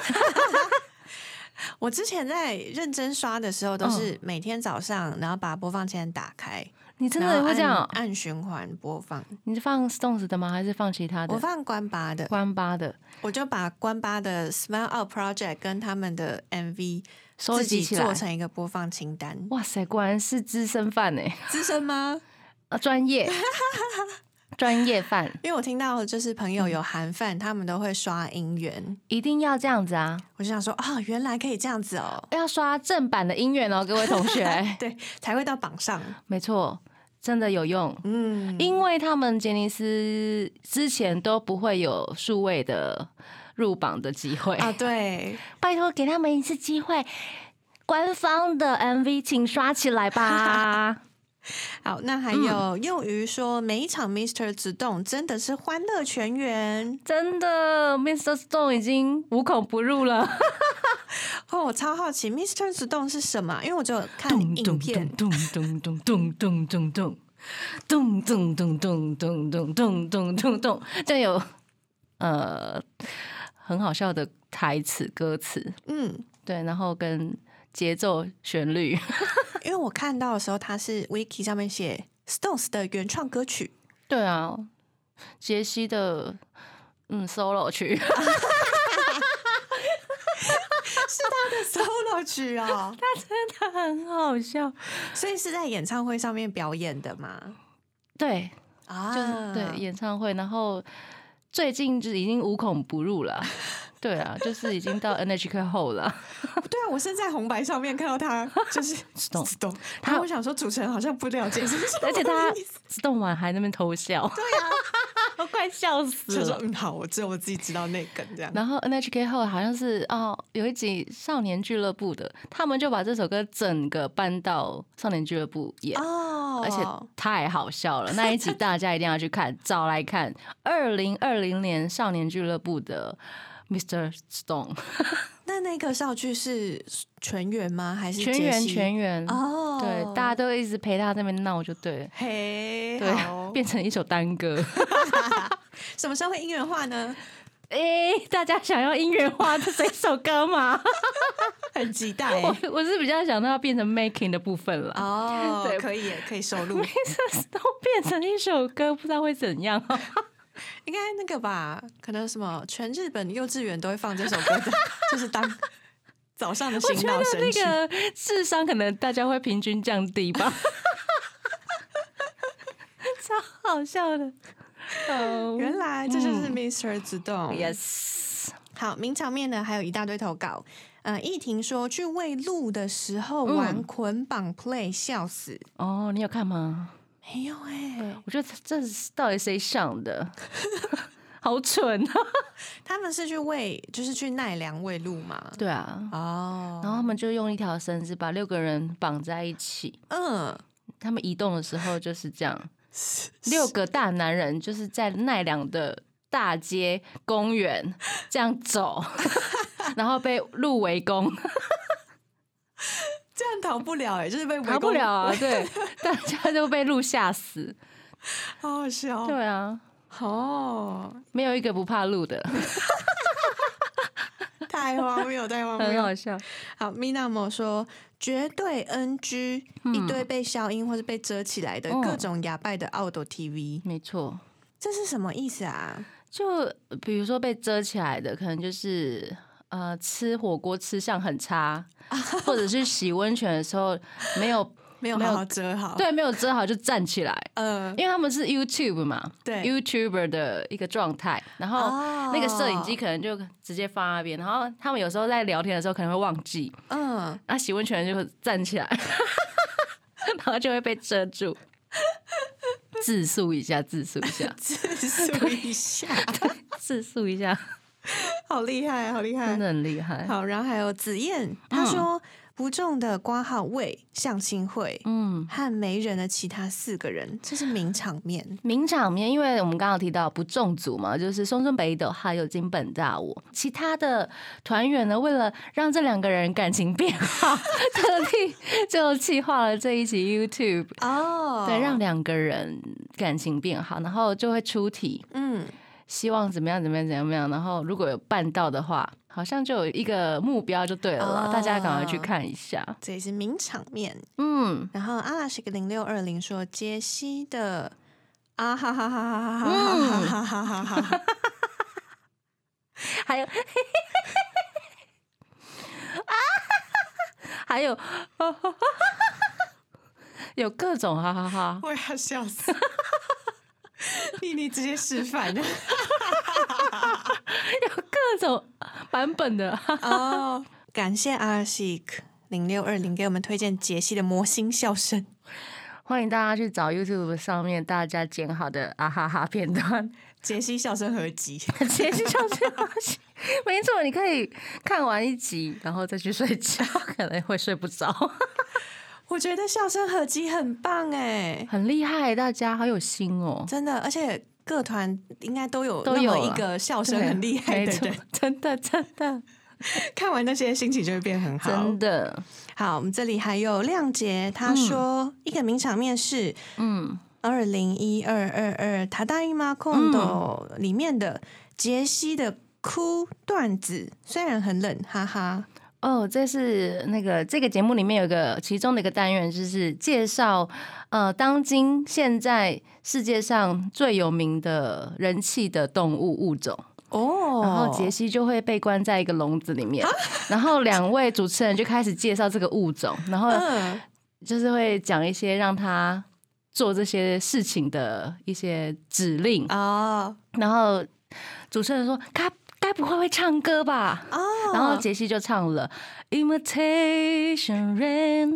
Speaker 3: 我之前在认真刷的时候，都是每天早上，然后把播放键打开，
Speaker 2: 你真
Speaker 3: 然
Speaker 2: 的
Speaker 3: 后
Speaker 2: 会这样
Speaker 3: 按
Speaker 2: 哦？
Speaker 3: 按循环播放。
Speaker 2: 你是放 Stones 的吗？还是放其他
Speaker 3: 我
Speaker 2: 的？
Speaker 3: 放关八的，
Speaker 2: 关八的
Speaker 3: 我就把关八的 Smile Out Project 跟他们的 MV
Speaker 2: 收
Speaker 3: 自己
Speaker 2: 集起来
Speaker 3: 做。成一个播放清单。
Speaker 2: 哇塞，果然是资深饭诶、
Speaker 3: 资深吗？
Speaker 2: 啊，专
Speaker 3: [LAUGHS]
Speaker 2: 业，专业饭
Speaker 3: 因为我听到就是朋友有
Speaker 2: 嗯
Speaker 3: 韩饭，他们都会刷音源，
Speaker 5: 一定要这样子啊！
Speaker 3: 我就想说啊、原来可以这样子哦，。
Speaker 2: 要刷正版的音源哦，各位同学
Speaker 3: [LAUGHS] 对，才会到榜上。
Speaker 2: 没错，真的有用。
Speaker 3: 嗯，
Speaker 2: 因为他们杰尼斯之前都不会有数位的入榜的机会
Speaker 3: 啊，对，
Speaker 5: 拜托给他们一次机会，官方的 MV 请刷起来吧！
Speaker 3: 好，那还有
Speaker 2: 嗯
Speaker 3: 用于说每一场 Mr. 子动真的是欢乐全员，
Speaker 2: 真的，Mr. Stone 已经无孔不入了。
Speaker 3: 哦，我超好奇 Mr. 子动是什么，因为我就看影片，
Speaker 2: 咚咚咚咚咚咚咚咚咚咚咚咚咚咚咚咚咚，这样有呃很好笑的台词歌词，
Speaker 3: 嗯，
Speaker 2: 对，然后跟节奏旋律。
Speaker 3: 因为我看到的时候它是 Wiki 上面写 Stones 的原创歌曲，
Speaker 2: 对啊，杰西的嗯 solo 曲，
Speaker 3: 是他的 [LAUGHS] solo 曲哦，
Speaker 2: 他很好笑。
Speaker 3: 所以是在演唱会上面表演的嘛？
Speaker 2: 对，
Speaker 3: 啊，
Speaker 2: 就是、对演唱会，然后最近就已经无孔不入了。 [LAUGHS] 对啊，就是已经到 NHK 后了。
Speaker 3: 对啊，我是在红白上面看到他，就是 [LAUGHS]
Speaker 2: Stone
Speaker 3: 动，
Speaker 2: 他
Speaker 3: 他我想说主持人好像不了解是什么
Speaker 2: 而且他
Speaker 3: [LAUGHS] 意思
Speaker 2: 动完还在那边偷笑，对啊，我 [LAUGHS] 快笑死
Speaker 3: 就说
Speaker 2: 了。
Speaker 3: 嗯好，我只有我自己知道那梗这样。
Speaker 2: 然后 NHK 后好像是哦，有一集少年俱乐部的，他们就把这首歌整个搬到少年俱乐部演，
Speaker 3: 哦
Speaker 2: 而且太好笑了。那一集大家一定要去看，找来看二零二零年少年俱乐部的 Mr. Stone
Speaker 3: 那那个校剧是全员吗？还是
Speaker 2: 全
Speaker 3: 杰
Speaker 2: 员
Speaker 3: 西
Speaker 2: 全员，
Speaker 3: 哦，
Speaker 2: 对，大家都一直陪他在那边闹就对了。
Speaker 3: 嘿，
Speaker 2: 对 [LAUGHS]
Speaker 3: 好，[LAUGHS]
Speaker 2: 变成一首单歌。 [LAUGHS]
Speaker 3: 什么时候会音乐化呢？
Speaker 2: 诶，大家想要音乐化的这首歌吗？
Speaker 3: 很期 [LAUGHS] 待欸、
Speaker 2: [LAUGHS] 我我是比较想到变成 making 的部分 [LAUGHS]
Speaker 3: [LAUGHS]
Speaker 2: 了。
Speaker 3: 哦，
Speaker 2: 对
Speaker 3: 可以耶，可以收录，
Speaker 2: 都变成一首歌，不知道会怎样、啊
Speaker 3: 应该那个吧？可能什么全日本幼稚园都会放这首歌的， [LAUGHS] 就是当早上的
Speaker 2: 我
Speaker 3: 醒
Speaker 2: 觉
Speaker 3: 脑
Speaker 2: 得
Speaker 3: 神
Speaker 2: 那
Speaker 3: 曲。
Speaker 2: 个智商可能大家会平均降低吧， [LAUGHS] 超好笑的。哦、
Speaker 3: 原来这就是 Mr. 自动。
Speaker 2: yes，
Speaker 3: 好，名场面呢还有一大堆投稿。呃，依婷说去喂鹿的时候
Speaker 2: 嗯
Speaker 3: 玩捆绑 play，、笑死。
Speaker 2: 哦、你有看吗？
Speaker 3: 没有哎、
Speaker 2: 我觉得这这是到底谁想的？ [LAUGHS] 好蠢啊！
Speaker 3: 他们是去喂，就是去奈良喂鹿嘛。
Speaker 2: 对啊，然
Speaker 3: 哦，
Speaker 2: 后他们就用一条绳子把六个人绑在一起，
Speaker 3: 嗯， [LAUGHS]
Speaker 2: 他们移动的时候就是这样，六个大男人就是在奈良的大街公 [LAUGHS] 园这样走， [LAUGHS] 然后被鹿围攻，
Speaker 3: 这样逃不了哎、就是被围
Speaker 2: 逃不
Speaker 3: 攻
Speaker 2: 了 [LAUGHS] 啊！对，大家都被鹿吓死。
Speaker 3: 好好笑。
Speaker 2: 对啊，
Speaker 3: 哦，
Speaker 2: 没有一个不怕鹿 [LAUGHS] 的，
Speaker 3: [LAUGHS] 太荒谬，太荒
Speaker 2: 哦很
Speaker 3: 谬
Speaker 2: 好。笑。
Speaker 3: 好，Mina Mo 说绝对 NG，、一堆被消音或是被遮起来的
Speaker 2: 嗯
Speaker 3: 各种哑拜的 outdoor TV，、
Speaker 2: 没错，
Speaker 3: 这是什么意思啊？
Speaker 2: 就比如说被遮起来的，可能就是。呃，吃火锅吃相很差，或者是洗温泉的时候没有
Speaker 3: 没有
Speaker 2: 没有
Speaker 3: 好好遮好。，
Speaker 2: 对没有遮好就站起来，
Speaker 3: 呃，
Speaker 2: 因为他们是 YouTube 嘛，
Speaker 3: 对
Speaker 2: ，YouTuber 的一个状态，然后
Speaker 3: 哦
Speaker 2: 那个摄影机可能就直接放那边，然后他们有时候在聊天的时候可能会忘记，
Speaker 3: 嗯，，
Speaker 2: 那洗温泉就会站起来， [LAUGHS] 然后就会被遮住，自述一下，自述一下
Speaker 3: 自述一下，
Speaker 2: [LAUGHS] 自述一下，
Speaker 3: 好厉害，好厉
Speaker 2: 真
Speaker 3: 害。
Speaker 2: 的很厉害。嗯
Speaker 3: 好，然后还有子燕，她说、不中的挂号魏相亲会
Speaker 2: 嗯，
Speaker 3: 和没人的其他四个人，这是名场面。
Speaker 2: 名场面，因为我们刚刚有提到不中组嘛，就是松村北斗还有金本大我，其他的团员呢，为了让这两个人感情变好， [LAUGHS] 特地就计划了这一集 YouTube，
Speaker 3: 哦
Speaker 2: 对，让两个人感情变好，然后就会出题，
Speaker 3: 嗯，
Speaker 2: 希望怎么样怎么样怎么样，然后如果有办到的话，好像就有一个目标就对了啦，
Speaker 3: 哦
Speaker 2: 大家赶快去看一下。
Speaker 3: 这也是名场面。
Speaker 2: 嗯，
Speaker 3: 然后阿拉西克零六二零说杰西的啊哈哈哈哈哈哈哈哈哈哈哈，
Speaker 2: 还有。 [LAUGHS] 还有， [LAUGHS] 有各种哈哈哈！
Speaker 3: 我要笑死。丽丽直接示范了
Speaker 2: 各种版本的，
Speaker 3: 哦，感谢阿拉西克零六二零给我们推荐杰西的魔性笑声。
Speaker 2: [LAUGHS] 欢迎大家去找 YouTube 上面大家剪好的啊哈哈片 [LAUGHS] 段，
Speaker 3: 杰西笑声合集，
Speaker 2: 杰西上这东西，没错，你可以看完一集，然后再去睡觉，可能会睡不着。
Speaker 3: 我觉得笑声合集很棒哎，
Speaker 2: 很厉害，大家好有心哦，
Speaker 3: 真的，而且各团应该都有
Speaker 2: 都
Speaker 3: 那
Speaker 2: 有
Speaker 3: 么一
Speaker 2: 了
Speaker 3: 个笑声
Speaker 2: 对
Speaker 3: 很厉害的
Speaker 2: 没错
Speaker 3: 人，
Speaker 2: 真的真的
Speaker 3: 看完那些心情就会变很好。
Speaker 2: 真的，
Speaker 3: 好，我们这里还有亮杰，他说、一个名场面是
Speaker 2: 嗯，
Speaker 3: 二零一二二二《塔大姨妈空斗》里面的杰西的哭段子，虽然很冷，哈哈。
Speaker 2: 哦，这是那个这个节目里面有一个其中的一个单元，就是介绍呃，当今现在世界上最有名的人气的动物物种。
Speaker 3: 哦啊
Speaker 2: 然后杰西就会被关在一个笼子里面，然后两位主持人就开始介绍这个物种，然后
Speaker 3: 嗯，
Speaker 2: 就是会讲一些让他做这些事情的一些指令，
Speaker 3: 哦
Speaker 2: 然后主持人说：“该该不会会唱歌吧？”
Speaker 3: 哦，
Speaker 2: 然后杰西就唱了《Imitation Rain》，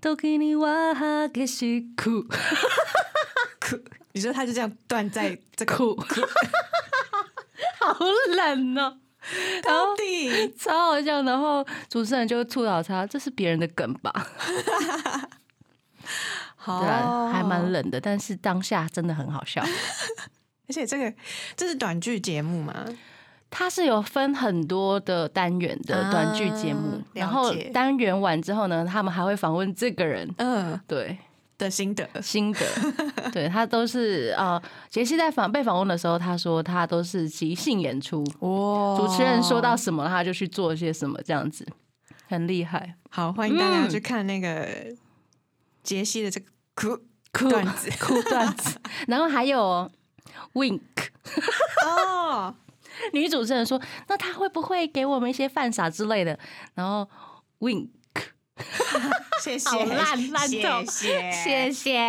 Speaker 2: 都给你哇哈给西哭
Speaker 3: 你说他就这样断在这个
Speaker 2: 哭， [LAUGHS] 好冷哦。然后
Speaker 3: 到底
Speaker 2: 超好笑，然后主持人就吐槽他，这是别人的梗吧？
Speaker 3: 好哦
Speaker 2: 对啊，还蛮。冷的，但是当下真的很好笑。
Speaker 3: 而且这个这是短剧节目嘛，
Speaker 2: 它是有分很多的单元的
Speaker 3: 啊
Speaker 2: 短剧节目，
Speaker 3: 了解
Speaker 2: 然后单元完之后呢，他们还会访问这个人，
Speaker 3: 嗯、
Speaker 2: 对，
Speaker 3: 的心得
Speaker 2: 心
Speaker 3: [LAUGHS]
Speaker 2: 得，对他都是呃，杰西在访被访问的时候，他说他都是即兴演出，
Speaker 3: 哦
Speaker 2: 主持人说到什么他就去做些什么，这样子哦很厉害。
Speaker 3: 好，欢迎大家
Speaker 2: 嗯
Speaker 3: 去看那个杰西的这个哭
Speaker 2: 哭
Speaker 3: 段子
Speaker 2: 哭段 [LAUGHS] 子，然后还有哦 wink
Speaker 3: 哦，
Speaker 2: 女主持人说，那他会不会给我们一些犯傻之类的？然后 wink。
Speaker 3: 谢谢，
Speaker 2: 好烂烂透
Speaker 3: 谢
Speaker 2: 谢谢，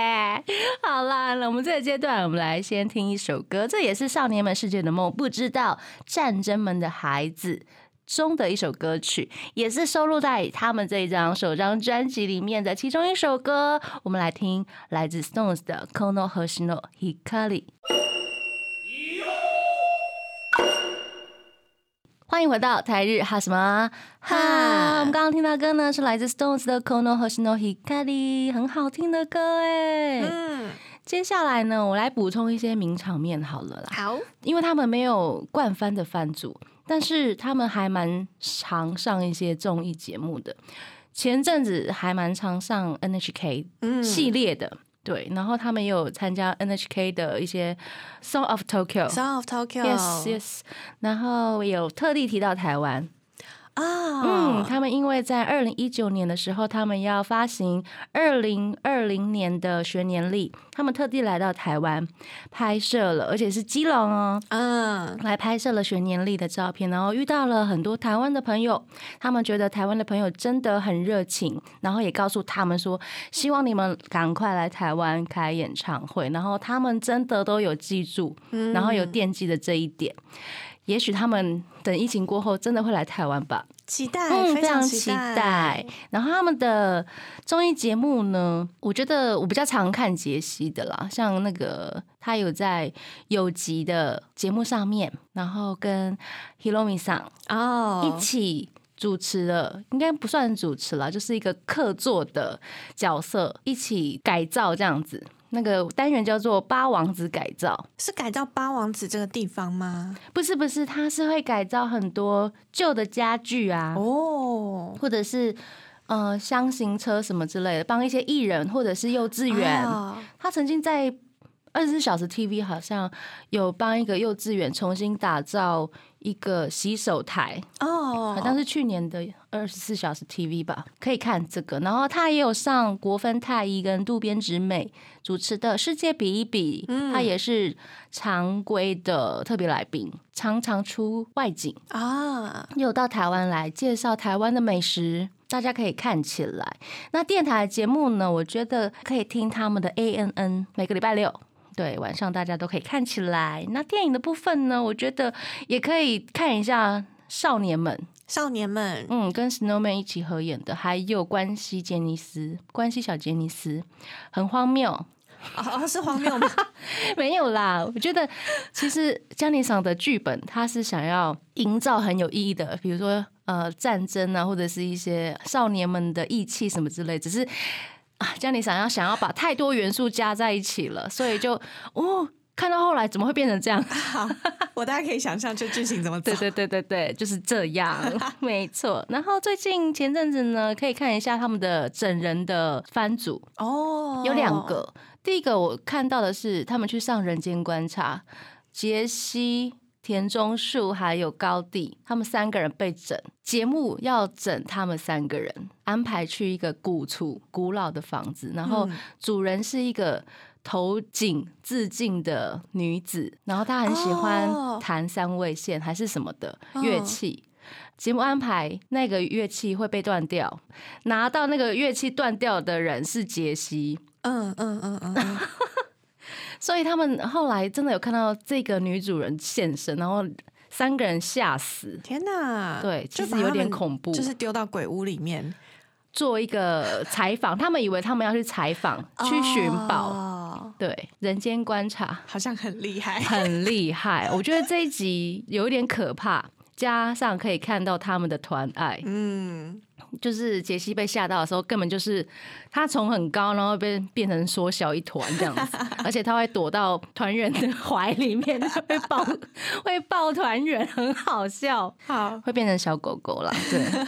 Speaker 2: 好啦，那我们这个阶段，我们来先听一首歌，这也是少年们世界的梦，不知道战争们的孩子。中的一首歌曲，也是收录在他们这一张首张专辑里面的其中一首歌。我们来听来自 Stones 的《Kono Hoshino Hikari》。欢迎回到台日哈什么哈？
Speaker 3: 哈
Speaker 2: 我们刚刚听到歌呢，是来自 Stones 的《Kono Hoshino Hikari》，很好听的歌哎。
Speaker 3: 嗯，
Speaker 2: 接下来呢，我来补充一些名场面好了啦，
Speaker 3: 好，
Speaker 2: 因为他们没有冠番的番组，但是他们还蛮常上一些综艺节目的。前阵子还蛮常上 NHK
Speaker 3: 嗯
Speaker 2: 系列的，对，然后他们也有参加 NHK 的一些 Song of Tokyo。
Speaker 3: Sound of Tokyo，
Speaker 2: Yes, yes。然后有特地提到台湾，嗯，
Speaker 3: 啊，
Speaker 2: 他们因为在二零一九年的时候，他们要发行二零二零年的学年历，他们特地来到台湾拍摄了，而且是基隆哦，
Speaker 3: 嗯，
Speaker 2: 来拍摄了学年历的照片，然后遇到了很多台湾的朋友，他们觉得台湾的朋友真的很热情，然后也告诉他们说，希望你们赶快来台湾开演唱会，然后他们真的都有记住，
Speaker 3: 嗯
Speaker 2: 然后有惦记的这一点。也许他们等疫情过后真的会来台湾吧，
Speaker 3: 期待，
Speaker 2: 嗯，
Speaker 3: 非
Speaker 2: 非常
Speaker 3: 期
Speaker 2: 期待。然后他们的综艺节目呢，我觉得我比较常看杰西的啦，像那个他有在有集的节目上面，然后跟 Hiromi 桑
Speaker 3: 哦
Speaker 2: 一，起主持了，应该不算主持了，就是一个客座的角色，一起改造这样子。那个单元叫做“八王子改造
Speaker 3: 是改造八王子这个地方吗？”，
Speaker 2: 不是不是，它是会改造很多旧的家具啊，
Speaker 3: 哦，
Speaker 2: 或者是呃箱型车什么之类的，帮一些艺人或者是幼稚园。
Speaker 3: 啊
Speaker 2: 他曾经在二十四小时 TV 好像有帮一个幼稚园重新打造一个洗手台，
Speaker 3: 哦，
Speaker 2: 好像是去年的二十四小时 TV 吧，可以看这个。然后他也有上国分太一跟渡边直美主持的《世界比一比》，他也是常规的特别来宾，常常出外景。
Speaker 3: 啊，
Speaker 2: 有到台湾来介绍台湾的美食，大家可以看起来。那电台节目呢，我觉得可以听他们的 A N N，每个礼拜六。对，晚上大家都可以看起来。那电影的部分呢，我觉得也可以看一下少年们，
Speaker 3: 少年们，
Speaker 2: 嗯，跟 Snowman 一起合演的，还有关西杰尼斯、关西小杰尼斯，很荒谬，
Speaker 3: 哦，哦是
Speaker 2: [LAUGHS]
Speaker 3: 荒谬吗？
Speaker 2: 没有啦，我觉得其实江林赏的剧本，他是想要营造很有意义的，比如说呃战争啊，或者是一些少年们的义气什么之类，只是啊江林赏要想要把太多元素加在一起了，所以就哦。看到后来怎么会变成这样？ [LAUGHS]
Speaker 3: 好，我大概可以想象这剧情怎么走
Speaker 2: 对。对对对对，就是这样， [LAUGHS] 没错。然后最近前阵子呢，可以看一下他们的整人的番组，
Speaker 3: 哦，
Speaker 2: 有两个。第一个我看到的是他们去上《人间观察》，杰西、田中树还有高地，他们三个人被整，节目要整他们三个人，安排去一个古厝、古老的房子，然后
Speaker 3: 嗯
Speaker 2: 主人是一个。头颈自尽的女子，然后她很喜欢
Speaker 3: 哦
Speaker 2: 弹三味线还是什么的乐
Speaker 3: 嗯
Speaker 2: 器。节目安排那个乐器会被断掉，拿到那个乐器断掉的人是杰西，
Speaker 3: 嗯，嗯嗯嗯嗯，
Speaker 2: 所以他们后来真的有看到这个女主人现身，然后三个人吓死。
Speaker 3: 天哪，
Speaker 2: 对
Speaker 3: 呃就
Speaker 2: 其
Speaker 3: 把
Speaker 2: 实有
Speaker 3: 他
Speaker 2: 点
Speaker 3: 们
Speaker 2: 恐怖
Speaker 3: 就是丢到鬼屋里面
Speaker 2: 做一个采访，他们以为他们要去采访、去寻宝，
Speaker 3: 哦
Speaker 2: 对人间观
Speaker 3: [LAUGHS]
Speaker 2: 察
Speaker 3: 好像很厉害。
Speaker 2: 很厉害。我觉得这一集有一点可怕，加上可以看到他们的团爱，
Speaker 3: 嗯，
Speaker 2: 就是杰西被吓到的时候，根本就是他从很高，然后被变成缩小一团这样子，而且他会躲到团员的 [LAUGHS] 怀里面，他会抱会抱团员，很好笑， [LAUGHS]
Speaker 3: 好，
Speaker 2: 会变成小狗狗啦。对，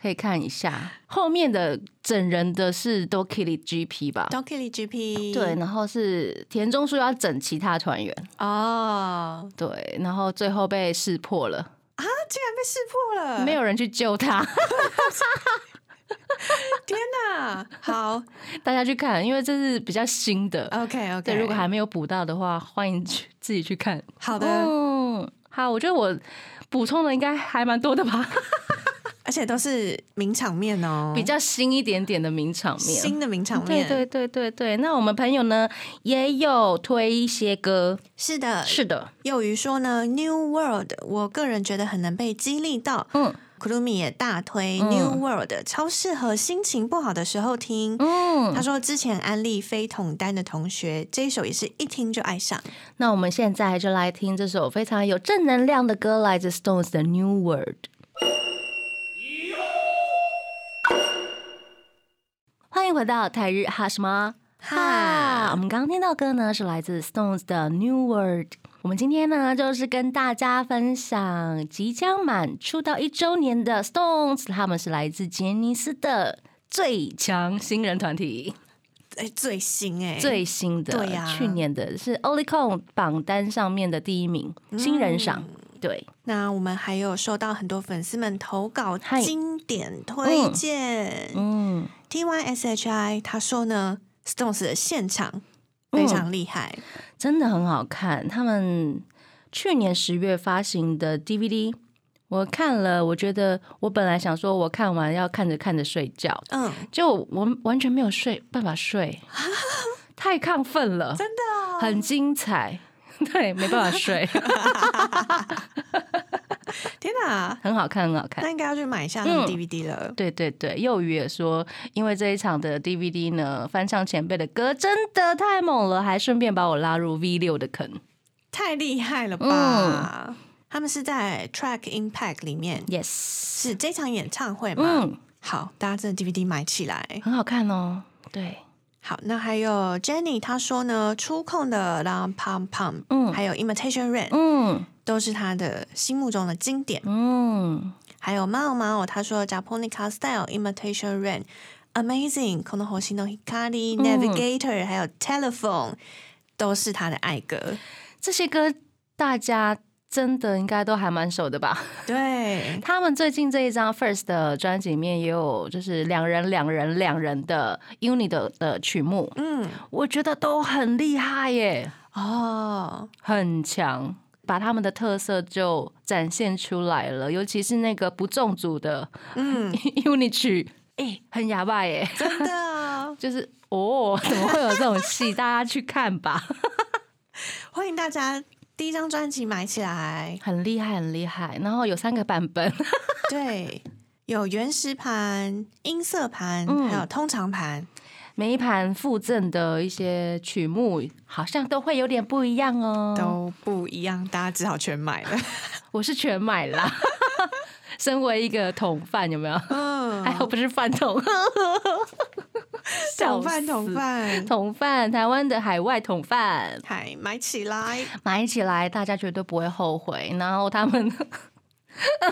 Speaker 2: 可以看一下后面的整人的是 Dokili GP 吧
Speaker 3: d。o k i l y GP
Speaker 2: 对，然后是田中树要整其他团员，
Speaker 3: 哦，
Speaker 2: 对，然后最后被识破了，
Speaker 3: 他竟然被识破了，
Speaker 2: 没有人去救他， [LAUGHS]
Speaker 3: 天哪！
Speaker 2: [LAUGHS]
Speaker 3: 好
Speaker 2: 大家去看，因为这是比较新的，
Speaker 3: ，OK OK，
Speaker 2: 对，如果还没有补到的话，欢迎去自己去看。
Speaker 3: 好的，
Speaker 2: 嗯，好，我觉得我补充的应该还蛮多的吧，
Speaker 3: 而且都是名场面哦，
Speaker 2: [LAUGHS] 比较新一点点的名场面。嗯
Speaker 3: 新的名场
Speaker 2: 对
Speaker 3: 面，
Speaker 2: 对对对对，那我们朋友呢也有推一些歌，
Speaker 3: 是的，
Speaker 2: 是的，
Speaker 3: 幼鱼说呢，New World，我个人觉得很能被激励到。
Speaker 2: 嗯
Speaker 3: k u r u m i 也大推
Speaker 2: 嗯
Speaker 3: New World，、超适合心情不好的时候听。他
Speaker 2: 嗯，
Speaker 3: 说之前安利非统单的同学，这一首也是一听就爱上。
Speaker 2: 那我们现在就来听这首非常有正能量的歌，来自 Stones 的《New World》。欢迎回到台日哈什么？哈，啊我
Speaker 3: 哈，
Speaker 2: 们刚刚听到歌呢是来自 Stones 的 New World。我们今天呢就是跟大家分享即将满出道一周年的 Stones，他们是来自杰尼斯的最强新人团体，
Speaker 3: 哎，最新哎、
Speaker 2: 最新的，
Speaker 3: 对呀
Speaker 2: 去年的是 Olicon 榜单上面的第一名，新
Speaker 3: 嗯
Speaker 2: 人赏。对，
Speaker 3: 那我们还有收到很多粉丝们投稿
Speaker 2: 嗨
Speaker 3: 经典推荐。
Speaker 2: 嗯，
Speaker 3: T Y S H I 他说呢，Stones 的现场非常厉害，
Speaker 2: 真的很好看。他们去年十月发行的 DVD，我看了，我觉得我本来想说，我看完要看着看着睡觉，
Speaker 3: 嗯，
Speaker 2: 就我完全没有睡办法睡，太亢奋了，
Speaker 3: 真的哦、
Speaker 2: 很精彩， [LAUGHS] 对，没办法睡，
Speaker 3: 天哪！
Speaker 2: 很好看，很好看
Speaker 3: 那。应该要去买一下他
Speaker 2: 嗯
Speaker 3: 们 DVD 了。
Speaker 2: 对对对，幼鱼也说，因为这一场的 DVD 呢，翻唱前辈的歌真的太猛了，还顺便把我拉入 V 六的坑。嗯
Speaker 3: 太厉害了吧！他们是在 Track Impact 里面，
Speaker 2: Yes，
Speaker 3: 是这场演唱会嘛？
Speaker 2: 嗯，
Speaker 3: 好，大家这 DVD 买起来。
Speaker 2: 很好看哦。对，
Speaker 3: 好，那还有 Jenny 她说呢，出控的《La Pam Pam》，
Speaker 2: 嗯
Speaker 3: 还有《Imitation Rain》，
Speaker 2: 嗯
Speaker 3: 都是她的心目中的经典。
Speaker 2: 嗯，
Speaker 3: 还有 Mao Mao 她说 Japonica Style、Imitation Rain、Amazing、この星の
Speaker 2: 嗯
Speaker 3: 光、Navigator，、还有 Telephone，都是她的爱歌。
Speaker 2: 这些歌大家真的应该都还蛮熟的吧？ [LAUGHS]
Speaker 3: 对，
Speaker 2: 他们最近这一张 First 的专辑里面也有，就是两人、两人、两人的 Uni 的的曲目，
Speaker 3: 嗯，
Speaker 2: 我觉得都很厉害耶，
Speaker 3: 哦，
Speaker 2: 很强，把他们的特色就展现出来了，尤其是那个不中组的 [LAUGHS]
Speaker 3: 嗯，
Speaker 2: Uni 曲，哎、很哑巴耶，
Speaker 3: [LAUGHS] 真的哦，
Speaker 2: 就是哦，怎么会有这种戏？大家去看吧，
Speaker 3: 欢迎大家第一张专辑买起来。
Speaker 2: [LAUGHS] 很厉害，很厉害。然后有三个版本，
Speaker 3: 对，有原石盘、音色盘，
Speaker 2: 嗯
Speaker 3: 还有通常盘。
Speaker 2: 每一盘附赠的一些曲目好像都会有点不一样哦，
Speaker 3: 都不一样，大家只好全买 [LAUGHS] 了。
Speaker 2: 我是全买 [LAUGHS] 啦。身为一个桶饭，有没有？
Speaker 3: 嗯，
Speaker 2: 还好不是饭 [LAUGHS] 桶，笑
Speaker 3: 同饭
Speaker 2: 死
Speaker 3: 同饭，
Speaker 2: 桶饭，台湾的海外桶饭，
Speaker 3: 嗨，买起来！
Speaker 2: 买起来大家绝对不会后悔。然后他们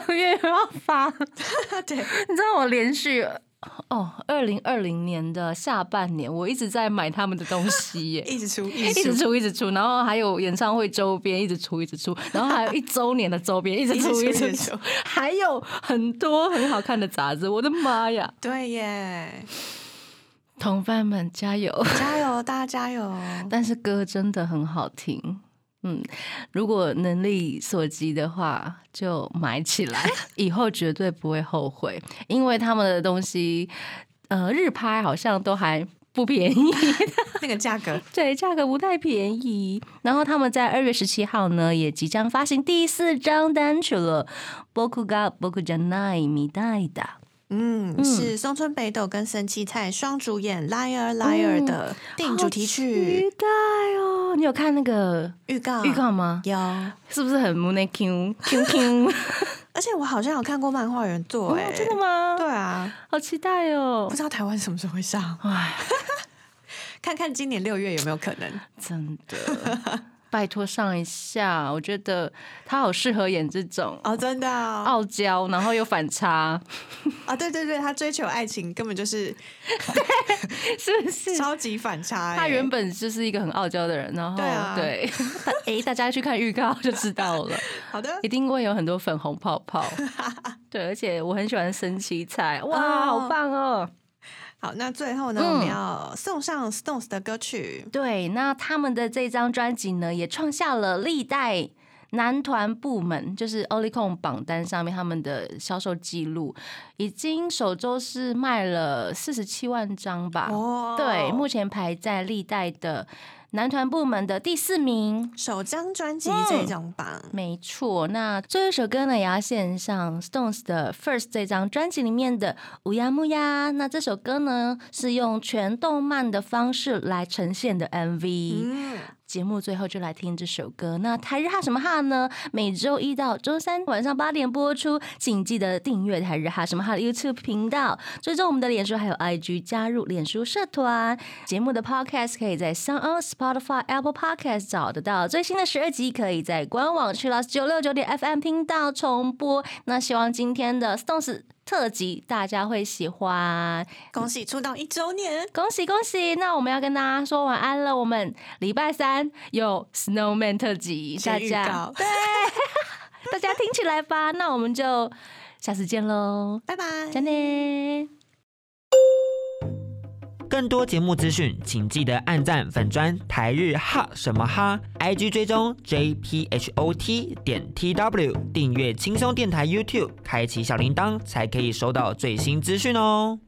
Speaker 2: 二月 [LAUGHS] 又要发了，
Speaker 3: [LAUGHS] 对，
Speaker 2: 你知道我连续哦，二零二零年的下半年，我一直在买他们的东西 [LAUGHS] 耶。
Speaker 3: 一直出，一
Speaker 2: 一
Speaker 3: 直
Speaker 2: 直
Speaker 3: 出，
Speaker 2: 出，一直出，然后还有演唱会周边，一直出，一直出，然后还有一周年的周边，一直出，一
Speaker 3: 一直出
Speaker 2: 直
Speaker 3: 一直
Speaker 2: 出
Speaker 3: 出，
Speaker 2: 还有很多很好看的杂志，我的妈呀！
Speaker 3: 对耶！
Speaker 2: 同伴们加油！
Speaker 3: 加油，大家加油！
Speaker 2: 但是歌真的很好听，嗯，如果能力所及的话，就买起 [LAUGHS] 来，以后绝对不会后悔，因为他们的东西，呃，日拍好像都还。不便宜，
Speaker 3: [LAUGHS] 那个价格，
Speaker 2: 对，价格不太便宜。然后他们在二月十七号呢，也即将发行第四张单曲了，《僕が僕じゃないみたいだ
Speaker 3: 嗯，是松村北斗跟神崎菜双主演《Liar Liar》的
Speaker 2: 哦
Speaker 3: 电影主题》，曲
Speaker 2: 期待哦！你有看那个
Speaker 3: 预告，
Speaker 2: 预告吗？
Speaker 3: 有，
Speaker 2: 是不是很 m o n e
Speaker 3: [LAUGHS]
Speaker 2: Q Q Q？
Speaker 3: 而且我好像有看过漫画原作，哎，
Speaker 2: 哦真的？吗？
Speaker 3: 对，啊，
Speaker 2: 好期待哦
Speaker 3: 不！知道台湾什么时候会上，
Speaker 2: 哎，
Speaker 3: [LAUGHS] 看看今年六月有没有可能。
Speaker 2: 真
Speaker 3: [LAUGHS]
Speaker 2: 的，拜托上一下，我觉得他好适合演这种
Speaker 3: 哦，真的哦，
Speaker 2: 傲娇，然后又反
Speaker 3: [LAUGHS]
Speaker 2: 差，
Speaker 3: 啊，对对对，他追求爱情根本就是
Speaker 2: 是不是？
Speaker 3: 超级反差欸，
Speaker 2: 他原本就是一个很傲娇的人，然后
Speaker 3: 对啊
Speaker 2: 哎对， [LAUGHS] 大诶，大家去看预告就知道 [LAUGHS] 了，
Speaker 3: 好的
Speaker 2: 一，定会有很多粉红泡 [LAUGHS] 泡。对，而且我很喜欢生七菜，哇，
Speaker 3: 哦
Speaker 2: 好棒哦！
Speaker 3: 好，那最后呢，
Speaker 2: 嗯
Speaker 3: 我们要送上 Stones 的歌曲。
Speaker 2: 对，那他们的这张专辑呢，也创下了历代男团部门，就是 o l i c o n 榜单上面他们的销售记录，已经首周是卖了四十七万张吧。
Speaker 3: 哦
Speaker 2: 对，目前排在历代的男团部门的第四名。
Speaker 3: 首张专辑这种榜，
Speaker 2: 没错，那最后一首歌呢，也要献上 Stones 的 First 这张专辑里面的《乌鸦木呀》。那这首歌呢，是用全动漫的方式来呈现的 MV。
Speaker 3: 嗯，
Speaker 2: 节目最后就来听这首歌。那台日哈什么哈呢？每周一到周三晚上八点播出，请记得订阅台日哈什么哈的 YouTube 频道，追踪我们的脸书还有 IG，加入脸书社团。节目的 Podcast 可以在 s o n Spotify、Apple Podcast 找得到。最新的十二集可以在官网去了九六九点 FM 频道重播。那希望今天的 Stones 特辑大家会喜欢。
Speaker 3: 恭喜出道一周年，
Speaker 2: 恭喜恭喜！那我们要跟大家说晚安了。我们礼拜三有 Snowman 特辑，大
Speaker 3: 先预
Speaker 2: 家 [LAUGHS]
Speaker 3: 告，对，
Speaker 2: 大家听起来吧。那我们就下次见喽，
Speaker 3: 拜拜，
Speaker 2: 再见。
Speaker 4: 更多节目资讯，请记得按赞粉砖台日哈什么哈，IG 追踪 JPHOT 点 TW，订阅轻松电台 YouTube，开启小铃铛才可以收到最新资讯哦。